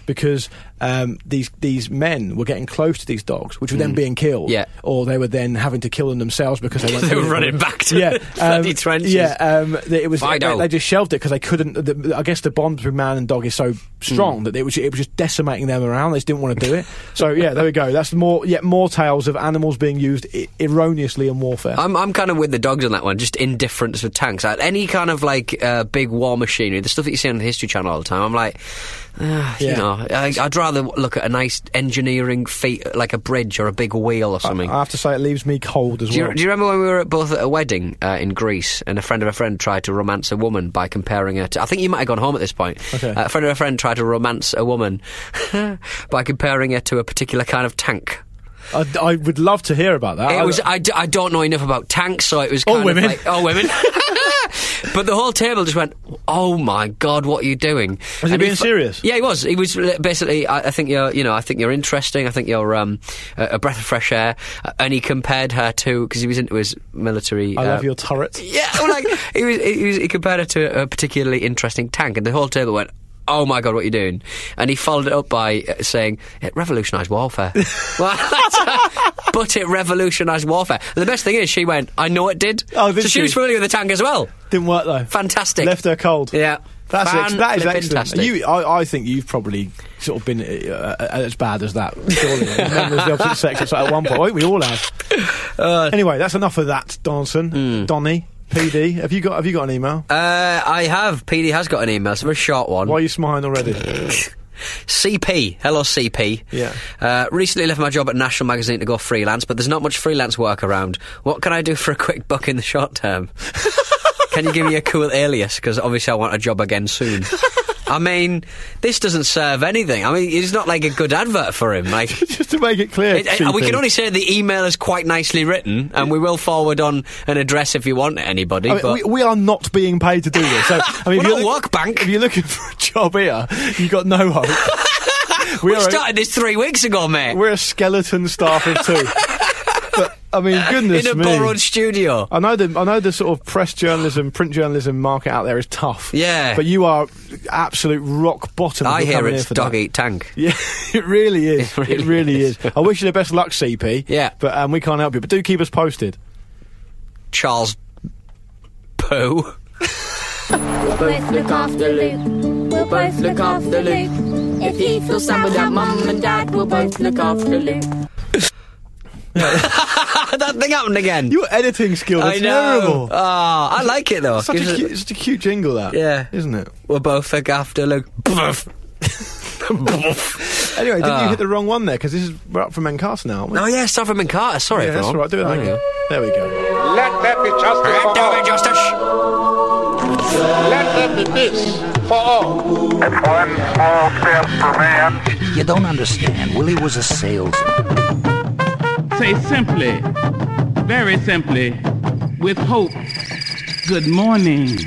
Because um, these these men were getting close to these dogs, which were then being killed, Mm. Yeah. or they were then having to kill them themselves because they weren't They were doing it. running back to the bloody trenches. Yeah, um, th- it was. They, Fido. they just shelved it because they couldn't. The, I guess the bond between man and dog is so Hmm. strong that it was it was just decimating them around. They just didn't want to do it. so yeah, there we go. That's more yet more tales of animals being used I- erroneously in warfare. I'm I'm kind of with the dogs on that one. Just indifference with tanks. Like, any kind of like uh, big war machinery, the stuff that you see on the History Channel all the time. I'm like, uh, you Yeah. know, I, I'd rather look at a nice engineering feat, like a bridge or a big wheel or something. I have to say, it leaves me cold as do, you, well. do you remember when we were at- both at a wedding uh, in Greece and a friend of a friend tried to romance a woman by comparing her to. I think you might have gone home at this point. Okay. Uh, a friend of a friend tried to romance a woman by comparing her to a particular kind of tank. I, I would love to hear about that. I- It was I, d- I don't know enough about tanks, so it was Or kind women. Of like, oh, women. but the whole table just went, "Oh my god, what are you doing?" Was he And being f- serious? Yeah, he was. He was li- basically. I, I think you're, you know, I think you're interesting. I think you're um, a, a breath of fresh air. Uh, And he compared her to because he was into his military. I uh, love your turret. yeah, well, like he was, he was he compared it to a particularly interesting tank, and the whole table went. Oh my god, what are you doing? And he followed it up by uh, saying, "It revolutionised warfare." Well, that's- uh, but it revolutionised warfare. And the best thing is, she went, "I know it did." Oh, so did she, she? was familiar with the tank as well. Didn't work though. Fantastic. Left her cold. Yeah. That's ex- that is excellent. Fan-flippin-tastic. You, I, I think you've probably sort of been uh, uh, as bad as that. Surely, Men was the opposite sex at at one point. I think we all have. Uh, anyway, that's enough of that, Donson, Donny, PD. Have you got Have you got an email? Hmm. uh, I have. PD has got an email. It's a very short one. Why are you smiling already? CP. Hello, CP. Yeah. Uh, recently left my job at National Magazine to go freelance, but there's not much freelance work around. What can I do for a quick buck in the short term? can you give me a cool alias? Because obviously I want a job again soon. I mean, this doesn't serve anything. I mean, it's not like a good advert for him. Like, Just to make it clear, it- it- we CP. can only say the email is quite nicely written, and we will forward on an address if you want anybody. I mean, but we, we are not being paid to do this. So, I We're mean, if you're not a look- work bank. If you're looking for a job here, you got no hope. we we are a- started this three weeks ago, mate. We're a skeleton staff of two. but I mean, goodness in a me. borrowed studio. I know the I know the sort of press journalism, print journalism market out there is tough. Yeah. but you are absolute rock bottom. if I you're hear coming it's here for dog that. eat tank. Yeah, it really is. It It really, really is. I wish you the best luck, CP. Yeah. but um, we can't help you. But do keep us posted. Charles Pooh. both look after Luke. We'll both look after Luke. If he feels sad without mum and dad, we'll both look after Luke. Ah, that thing happened again. Your editing skills are I know. terrible. Oh, I like it though. such, Gives a it- cute, such a cute jingle, that. Yeah. isn't it? We're both a after Luke. Anyway, didn't you hit the wrong one there? Because this is we're up from Mancast now, aren't we? Ah. oh yeah, Sovereign and Carter. Sorry, yeah, that's all everyone. right. Do Oh, it again. yeah. There we go. Let there be justice for Do it, all. Justice. Let there be peace for all. It's one small step for man. You don't understand. Willie was a salesman. Say simply, very simply, with hope, good morning.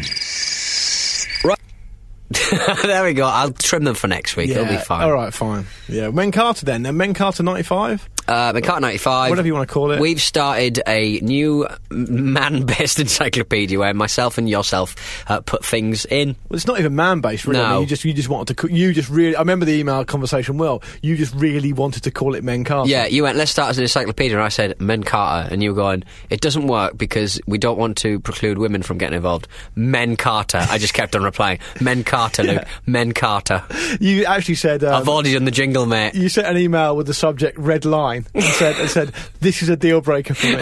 there we go. I'll trim them for next week. It'll be fine. All right, fine. Yeah, Mencarta then. Then Mencarta ninety five. Uh, McCart 95. Whatever you wanna call it. We've started a new man based encyclopedia where myself and yourself uh, put things in. Well, it's not even man based, really. I mean, No. you just you just wanted to co- you just really. I remember the email conversation well. You just really wanted to call it Mencarta. Yeah, you went, let's start as an encyclopedia. And I said, Men Carter. And you were going, it doesn't work because we don't want to preclude women from getting involved. Men Carter. I just kept on replying, Men Carter, Luke. Men Carter. you actually said. I've Um, already done the jingle, mate. you sent an email with the subject "red line" and said, and said "This is a deal breaker for me,"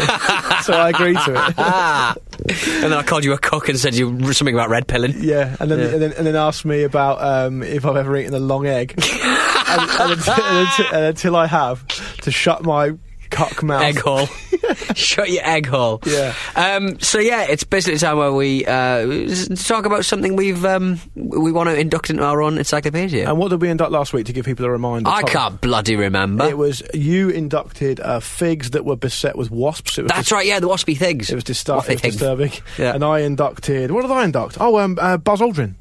so I agreed to it. ah. And then I called you a cook and said you were something about red pilling. Yeah, and then And then, and then asked me about um, if I've ever eaten a long egg, and, and, until, and, until, and until I have, to shut my cock mouth. Egg hole. Shut your egg hole. Yeah. Um, so yeah, it's basically a time where we uh, s- talk about something we've um, we want to induct into our own encyclopedia. And what did we induct last week to give people a reminder? I Tom? can't bloody remember. It was you inducted uh, figs that were beset with wasps. It was That's dis- right. Yeah, the waspy things. It was, distar- Waspy it was things. disturbing. Yeah. And I inducted. What did I induct? Oh, um, uh, Buzz Aldrin.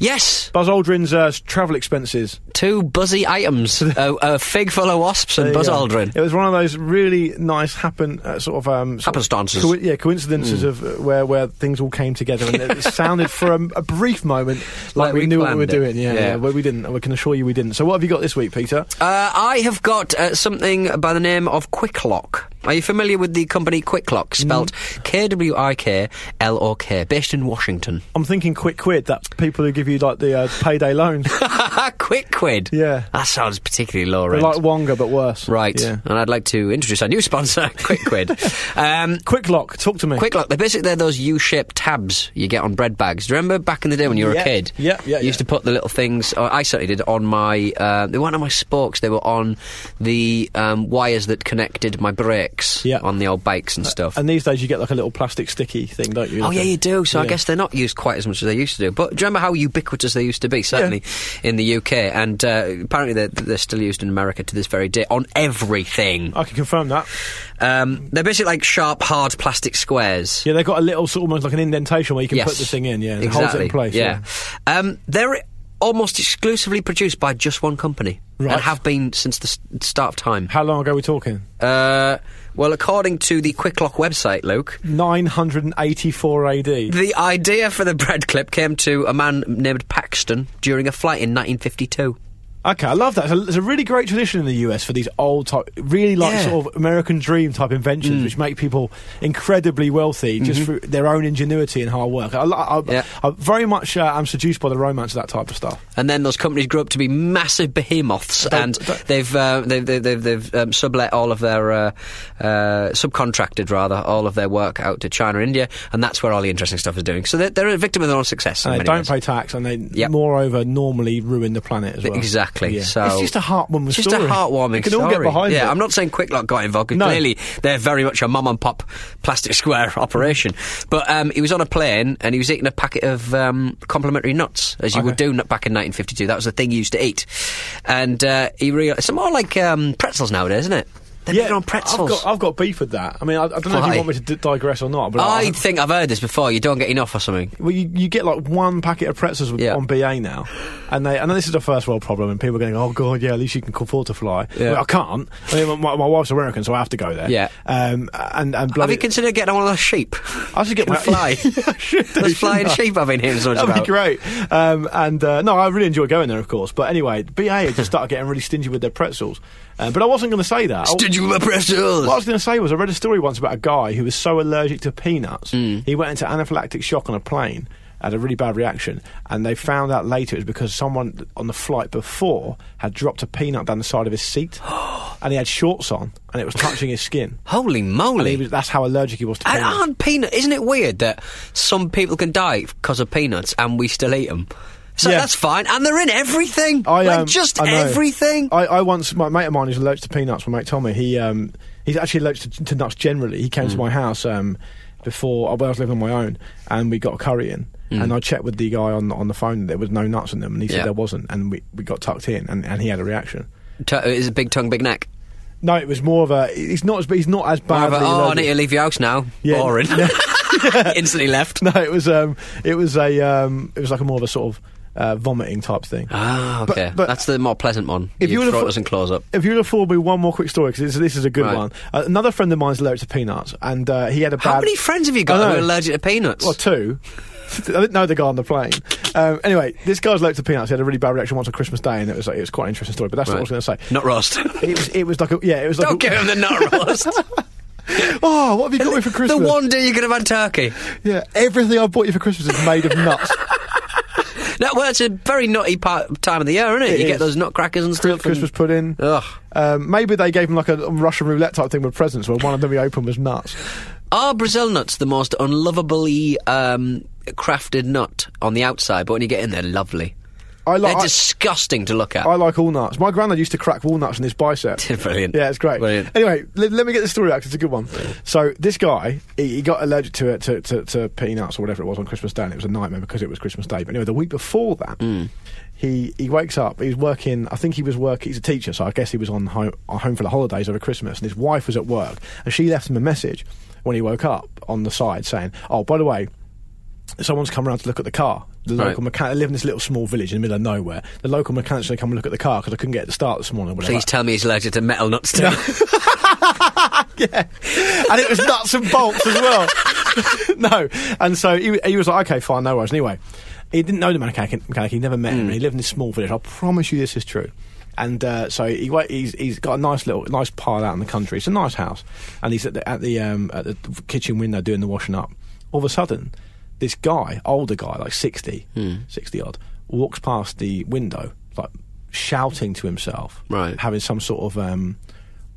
Yes, Buzz Aldrin's uh, travel expenses. two buzzy items: a, a fig full of wasps and There you Buzz go. Aldrin. um, It was one of those really nice happen uh, sort of um, sort of Happenstances. Mm. coi- yeah, coincidences of uh, where where things all came together, and it sounded for a, a brief moment like, Like we, we knew what we planned were it. doing. Yeah, yeah. Yeah. well, we didn't. We can assure you we didn't. So what have you got this week, Peter? Uh, I have got uh, something by the name of Quicklock. Are you familiar with the company Mm. Quicklock, spelt K W I K L O K, based in Washington? I'm thinking quick quid. That people who give you like the uh, payday loans. Ah, quick quid. Yeah. That sounds particularly low They're rent. like Wonga, but worse. Right, Yeah. and I'd like to introduce our new sponsor, Quick Quid. um, Quick lock. Talk to me. Quick Lock, they're basically they're those U-shaped tabs you get on bread bags. Do you remember back in the day when you were Yeah, a kid? yeah, yeah, You used yeah. to put the little things. Or I certainly did on my. Uh, they weren't on my spokes. They were on the um, wires that connected my brakes Yeah. Uh, on the old bikes and stuff. And these days you get like a little plastic sticky thing, don't you? Oh Like yeah, a- you do. So I Yeah. guess they're not used quite as much as they used to do. But do you remember how ubiquitous they used to be? Certainly in the UK, and uh, apparently they're, they're still used in America to this very day on everything. I can confirm that. Um, they're basically like sharp, hard plastic squares. Yeah, they've got a little sort of almost like an indentation where you can yes. put the thing in. Yeah, and it exactly. holds it in place. Yeah, Um, they're almost exclusively produced by just one company, Right. and have been since the s- start of time. How long ago are we talking? Uh, well, according to the QuickLock website, Luke, 984 AD. The idea for the bread clip came to a man named Paxton during a flight in 1952. Okay, I love that. It's a, it's a really great tradition in the US for these old type, really like Yeah. Mm. sort of American dream type inventions, which make people incredibly wealthy just through their own ingenuity and hard work. I, lo- I, Mm-hmm. Yeah. I very much uh, am seduced by the romance of that type of stuff. And then those companies grew up to be massive behemoths, and they've, uh, they've they've they've, they've um, sublet all of their uh, uh, subcontracted rather all of their work out to China, and India, and that's where all the interesting stuff is doing. So they're, they're a victim of their own success. in And they many don't ways. pay tax, and they Yep. moreover normally ruin the planet as well. Exactly. Yeah. So it's just a heartwarming It's just story. a heartwarming We can all get story. behind yeah, it. I'm not saying Quicklock got involved. 'cause No. Clearly, they're very much a mum and pop plastic square operation. But um, he was on a plane and he was eating a packet of um, complimentary nuts, as you would do n- back in 1952. That was the thing you used to eat. And uh, he realised it's more like um, pretzels nowadays, isn't it? They're bigger on pretzels. I've got, I've got beef with that. I mean, I, I don't know if Why? you want me to d- digress or not, but I I- think I've heard this before. You don't get enough or something. Well, you, you get like one packet of pretzels with, Yeah. on BA now, and they. I know this is a first world problem, and people are going, "Oh God, yeah, at least you can afford to fly." Yeah. Well, I can't. I mean, my, my wife's American, so I have to go there. Yeah. Um. And and Have bloody, you considered getting on one of those sheep? I should get Can my fly. I should do, those flying shouldn't I? sheep I've been hearing so much That'd about. be great. Um, and uh, no, I really enjoy going there, of course. But anyway, BA just started getting really stingy with their pretzels. Um, but I wasn't going to say that. I- Stingy with my pretzels. what I was going to say was, I read a story once about a guy who was so allergic to peanuts, Hmm. he went into anaphylactic shock on a plane, had a really bad reaction, and they found out later it was because someone on the flight before had dropped a peanut down the side of his seat, and he had shorts on, and it was touching his skin. Holy And moly! he was, that's how allergic he was to And peanuts. aren't peanut? Isn't it weird that some people can die because of peanuts and we still eat them? So Yeah. that's fine, and they're in everything. like um, just I know. everything. I, I once my mate of mine who's allergic to peanuts, my mate Tommy. He um, he's actually allergic to, to nuts generally. He came Hmm. to my house um, before when I was living on my own, and we got a curry in. And I checked with the guy on on the phone that there was no nuts in them, and he said Hmm. Yeah. there wasn't. And we, we got tucked in, and, and he had a reaction. T- is a big tongue, big neck. No, it was more of a. He's not as he's not as Or badly. about, oh, I allergic." need to leave your house now. Yeah. Boring. Instantly left. No, it was um, it was a um, it was like a more of a sort of uh, vomiting type thing. Ah, But- okay. but- that's the more pleasant one. If If you you would've throat thought- doesn't close up. If you'll afford me one more quick story, because this, this is a good Right. one. Uh, another friend of mine's allergic to peanuts, and uh, he had a bad. How many friends have you got I that know. are allergic to peanuts? Well, two. I didn't know the guy on the plane. Um, anyway, this guy's allergic to peanuts. He had a really bad reaction once on Christmas Day, and it was like, it was quite an interesting story. But that's Right. what I was going to say. Not roast. It was, it was like a, yeah, it was like Don't a, give him the nut roast. oh, what have you got me for the Christmas? one day you could have had turkey. yeah, everything I bought you for Christmas is made of nuts. No, well, it's a very nutty part, time of the year, isn't it? It you is. get those nutcrackers and stuff. and- Christmas pudding. Ugh. Um, maybe they gave him like a Russian roulette type thing with presents, where one of them he opened was nuts. Are Brazil nuts the most unlovably um, crafted nut on the outside, but when you get in, they're lovely. I like. they're disgusting to look at. I like all nuts. My granddad used to crack walnuts in his bicep. Brilliant. Yeah, it's great. Brilliant. Anyway, let, let me get the story out 'cause it's a good one. So this guy, he, he got allergic to, it- to to to peanuts or whatever it was on Christmas Day, and it was a nightmare because it was Christmas Day. But anyway, the week before that, Hmm. he he wakes up. He's working. I think he was working. He's a teacher, so I guess he was on home, on home for the holidays over Christmas. And his wife was at work, and she left him a message when he woke up on the side saying, "Oh, by the way." someone's come around to look at the car. The Right. local mechanic. I live in this little small village in the middle of nowhere. The local mechanic's going to come and look at the car because I couldn't get it to start this morning. or whatever. Please tell me he's allergic to metal nuts too. yeah, and it was nuts and bolts as well. no, and so he, he was like, okay, fine, no worries. Anyway, he didn't know the mechanic. mechanic he never met him. And he lived in this small village. I promise you, this is true. And uh, so he, wa- he's, he's got a nice little nice pile out in the country. It's a nice house, and he's at the at the, um, at the kitchen window doing the washing up. All of a sudden, this guy, older guy, like 60, 60 odd, walks past the window, like like shouting to himself, Right. having some sort of um,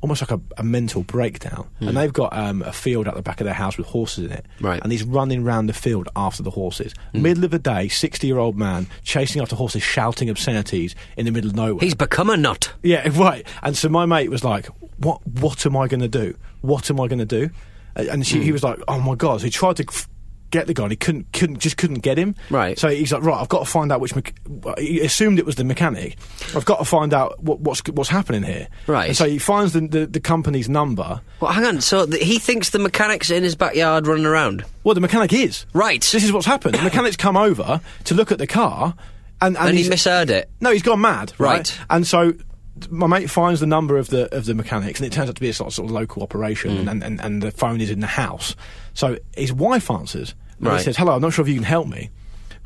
almost like a, a mental breakdown. And they've got um, a field at the back of their house with horses in it, Right. And he's running round the field after the horses. Middle of the day, sixty-year-old man chasing after horses, shouting obscenities in the middle of nowhere. He's become a nut. Yeah, right. And so my mate was like, "What? What am I going to do? What am I going to do?" A- And she, he was like, "Oh my god!" So he tried to f- get the guy, and he couldn't, couldn't, just couldn't get him. Right. So he's like, "Right, I've got to find out which." Mech- he assumed it was the mechanic. I've got to find out what, what's what's happening here. Right. And so he finds the the, the company's number. Well, hang on. So th- he thinks the mechanic's in his backyard running around. Well, the mechanic is Right. This is what's happened. The mechanic's come over to look at the car, and and, And he he's- misheard it. No, he's gone mad, right? Right. And so th- my mate finds the number of the of the mechanics, and it turns out to be a sort of, sort of local operation, Mm. and, and and the phone is in the house. So his wife answers, and Right. he says, "Hello, I'm not sure if you can help me,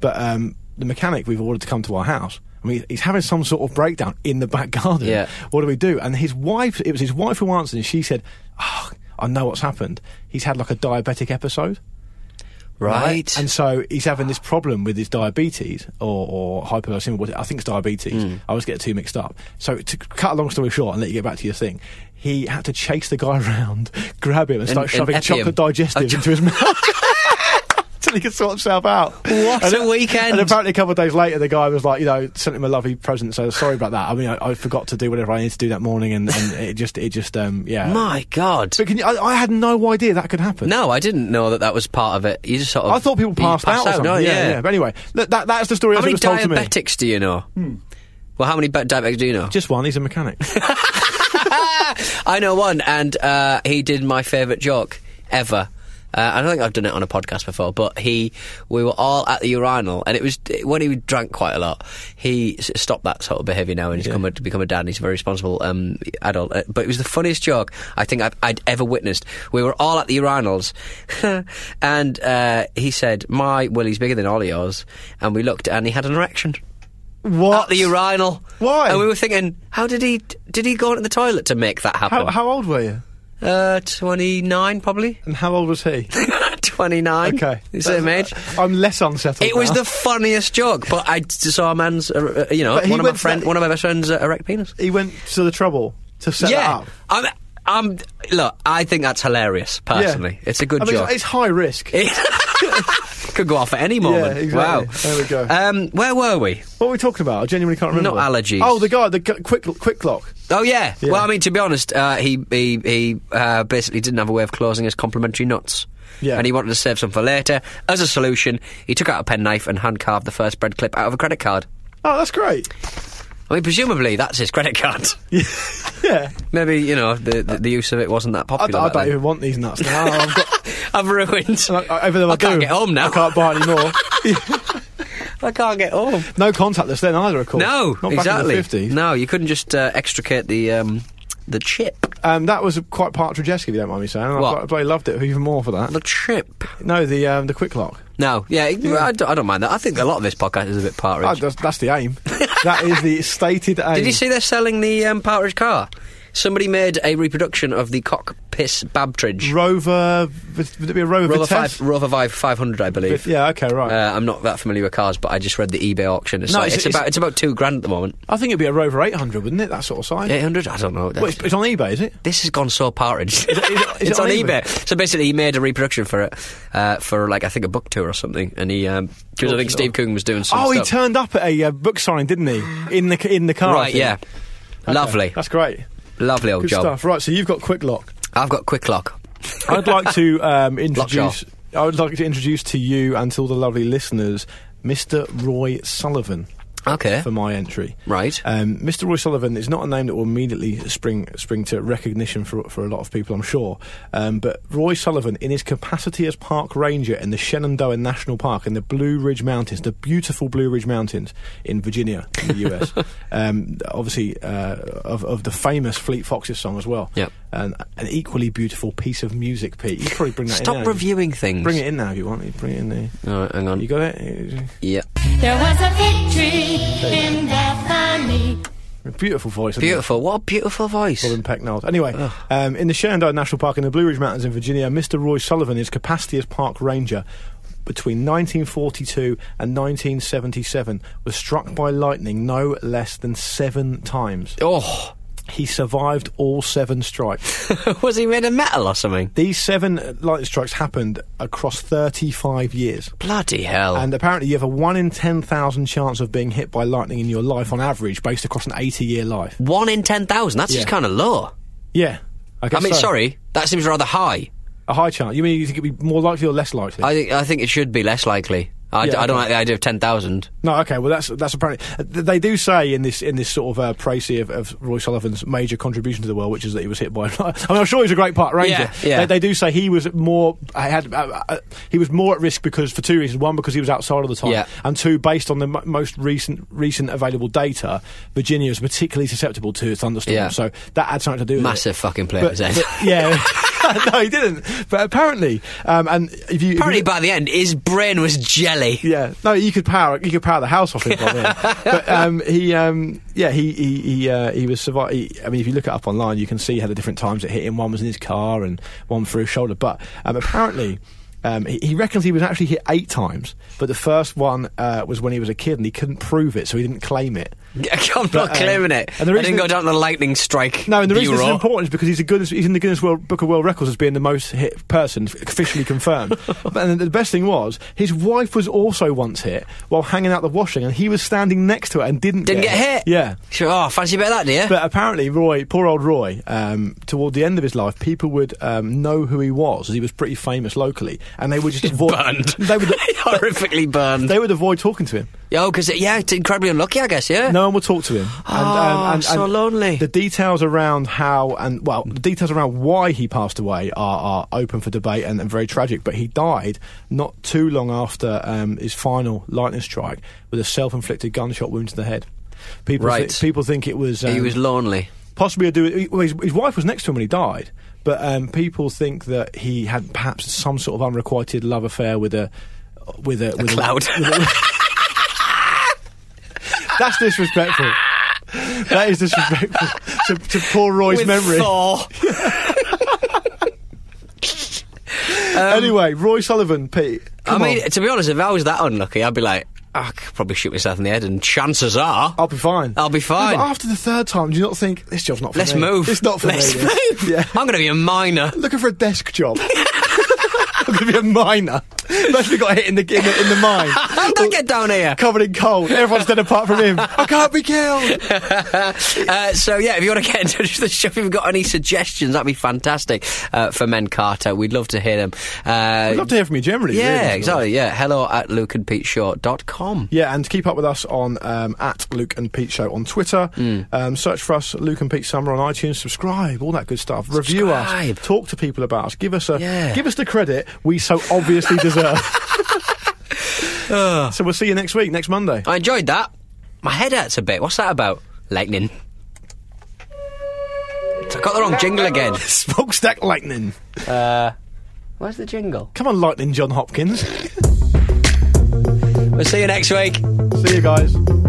but um, the mechanic we've ordered to come to our house." I mean, he's having some sort of breakdown in the back garden. Yeah. What do we do? And his wife, it was his wife who answered, and she said, oh, I know what's happened. He's had like a diabetic episode. Right. And so he's having this problem with his diabetes or, or hypoglycemia. what- I think it's diabetes. Hmm. I always get the two mixed up. So to cut a long story short and let you get back to your thing, he had to chase the guy around, grab him, and start And- and shoving epi him. chocolate digestives Oh, into his mouth. Until he could sort himself out. What and, a weekend. And apparently, a couple of days later, the guy was like, you know, sent him a lovely present. So sorry about that. I mean, I, I forgot to do whatever I needed to do that morning, and, and it just, it just, um, yeah. My God. But can you, I, I had no idea that could happen. No, I didn't know that that was part of it. You just sort of. I thought people you passed, pass out. Or something. don't you? yeah, yeah. But anyway, look, that, that's the story How as it many was told to me. Hmm. diabetics do you know? Well, how many ba- diabetics do you know? Just one. He's a mechanic. I know one, and uh, he did my favourite joke ever. Uh, I don't think I've done it on a podcast before, but he, we were all at the urinal, and it was when he drank quite a lot. He s- stopped that sort of behaviour now, and he's come a, to become a dad. and He's a very responsible um, adult. Uh, but it was the funniest joke I think I've, I'd ever witnessed. We were all at the urinals, and uh, he said, "My Willie's bigger than all of yours," and we looked, and he had an erection what? at the urinal. Why? And we were thinking, how did he did he go into the toilet to make that happen? how, how old were you? Uh, 29 probably. And how old was he? 29. Okay. Uh, It's the same age. I'm less unsettled. It was now. the funniest joke, but I d- saw a man's, uh, uh, you know, But he one of my went to friend, that- one of my best friends' uh, erect penis. He went to the trouble to set that yeah, up. I'm, I'm. Look, I think that's hilarious. Personally, it's a good I mean, joke. It's, it's high risk. Could go off at any moment. exactly. Wow. There we go. Um, where were we? what were we talking about? I genuinely can't remember. Not allergies. Oh, the guy, the gu- quick quick clock. Oh yeah. Yeah. Well, I mean, to be honest, uh, he he he uh, basically didn't have a way of closing his complimentary nuts. Yeah. And he wanted to save some for later. As a solution, he took out a penknife and hand carved the first bread clip out of a credit card. Oh, that's great. I mean, presumably that's his credit card. Yeah, Maybe you know the, the the use of it wasn't that I, d- popular. I back don't then. even want these nuts. Now. I've got, I've ruined. I, I, everything I, I can't do, get home now. I can't buy anymore. I can't get home. no contactless then either, of course. No, Not exactly. Back in the 50s. No, you couldn't just uh, extricate the um, the chip. Um, that was quite Partridge-esque, if you don't mind me saying. and I What? quite- I bloody loved it even more for that. The chip. No, the um, the quick lock. No, yeah, it- I, don't, I don't mind that. I think a lot of this podcast is a bit part Ah, that's, that's the aim. that is the stated aim. Did you see they're selling the um, Partridge car? Somebody made a reproduction of the cock piss Babtridge. Rover? Would it be Mm. a Rover, Rover Vitesse? five, Rover five, 500, I believe. Yeah. Okay. Right. Uh, I'm not that familiar with cars, but I just read the eBay auction. It's, No, like, it's- it's, it's- about it's about two grand at the moment. I think it'd be a Rover 800, wouldn't it? That sort of size. Eight hundred? I don't know. Well, it's, it's on eBay, is it? this has gone so Partridge. it- is it's it on on eBay. eBay? So basically, he made a reproduction for it uh, for like I think a book tour or something, and he because I think Steve Coogan was doing some oh, he stuff. turned up at a uh, book signing, didn't he? In the in the car. I right, think. yeah, Okay, lovely, That's great. lovely old Good job. stuff. Right. So you've got quick lock. I've got quick lock. I'd like to um, introduce. Lockjaw. I would like to introduce to you and to all the lovely listeners, Mr. Roy Sullivan. Okay, for my entry. Right. Um, Mr. Roy Sullivan is not a name that will immediately spring spring to recognition for for a lot of people, I'm sure. Um, but Roy Sullivan, in his capacity as park ranger in the Shenandoah National Park in the Blue Ridge Mountains, the beautiful Blue Ridge Mountains in Virginia, in the US, um, obviously uh, of of the famous Fleet Foxes song as well. Yep. And an equally beautiful piece of music, Pete. You could probably bring that. Stop in now. reviewing things. Bring it in now if you want. You Bring it in there. All right, hang on. You got it. yeah. There was a victory in the funny. Beautiful voice. isn't it? Beautiful. What a beautiful voice. Robin Pecknold. Anyway, um, in the Shenandoah National Park in the Blue Ridge Mountains in Virginia, Mr. Roy Sullivan, in his capacity as park ranger, between 1942 and 1977 was struck by lightning no less than seven times. Oh. He survived all seven strikes. was he made of metal or something? These seven uh, lightning strikes happened across 35 years. Bloody hell. And apparently, you have a 1 in 10,000 chance of being hit by lightning in your life on average, based across an 80 year life. One in 10,000, that's just Yeah. kind of low. Yeah. I guess mean, so. sorry, that seems rather high. A high chance. You mean you think it'd be more likely or less likely? I think, I think it should be less likely. I, d- Yeah, I don't okay. like the idea of 10,000. No, okay. Well, that's that's apparently uh, th- they do say in this in this sort of uh, précis of, of Roy Sullivan's major contribution to the world, which is that he was hit by. I mean, I'm sure he's a great part ranger. Yeah, yeah. They, they do say he was more I had uh, uh, he was more at risk because for two reasons: one, because he was outside all the time, Yeah. and two, based on the m- most recent recent available data, Virginia is particularly susceptible to thunderstorms. Yeah. So that had something to do with it. Massive fucking player, But, then. but- yeah. no, he didn't. But apparently, um, and if you if Apparently, you- by the end, his brain was jelly. yeah, no, you could power you could power the house off him. by then. but um, he, um, yeah, he he he, uh, he was survive. He, I mean, if you look it up online, you can see how the different times it hit him. One was in his car, and one through his shoulder. But um, apparently. Um, he, he reckons he was actually hit eight times, but the first one uh, was when he was a kid and he couldn't prove it, so he didn't claim it. I'm But, not um, claiming it. and the I reason- didn't go down to the lightning strike. No, and the bureau. reason this is important is because he's a Guinness, he's in the Guinness World Book of World Records as being the most hit person f- officially confirmed. but, and the best thing was his wife was also once hit while hanging out the washing, and he was standing next to her and didn't Didn't get hit. Yeah. Sure, oh, fancy a bit of that, do you? But apparently, Roy, poor old Roy, um, toward the end of his life, people would um, know who he was, as he was pretty famous locally, and they would just avoid. burned. They would, Horrifically burned. they would avoid talking to him. Yo, because yeah, it's incredibly unlucky, I guess. Yeah. No one will talk to him. And, Oh, so lonely. The details around how and well, the details around why he passed away are, are open for debate and, and very tragic. But he died not too long after um, his final lightning strike with a self-inflicted gunshot wound to the head. People, thi- Right. people think it was. Um, he was lonely. possibly a do. Well, his, his wife was next to him when he died, but um, people think that he had perhaps some sort of unrequited love affair with a with a, with cloud. with that's disrespectful. That is disrespectful to, to poor Roy's With memory. Thor. anyway, Roy Sullivan, Pete. Um, I Come mean, on. to be honest, if I was that unlucky, I'd be like, "Ah, I could probably shoot myself in the head, and chances are, I'll be fine. I'll be fine. But after the third time, do you not think this job's not for let's me? move. It's not for let's me. this. move. Yeah. I'm going to be a miner. looking for a desk job. I'm going to be a miner. Must have got hit in the in the, in the mine. How did I get down here? Covered in coal. Everyone's dead apart from him. I can't be killed. Uh, so yeah, if you want to get in touch with the show, if you've got any suggestions, that'd be fantastic uh, for Men Carter. We'd love to hear them. Uh, I'd love to hear from you generally. really, yeah, as well. exactly. Yeah, hello at lukeandpeteshow.com. Yeah, and keep up with us on um, at Luke and Pete Show on Twitter. Hmm. Um, search for us, Luke and Pete Summer on iTunes. Subscribe, all that good stuff. Review Subscribe. us. Talk to people about us. Give us a Yeah. give us the credit we so obviously deserve. Ah. so we'll see you next week, next Monday. I enjoyed that. My head hurts a bit. What's that about? Lightning. I got the wrong jingle again. Smokestack lightning. Where's the jingle? Come on, lightning, John Hopkins. We'll see you next week. see you guys.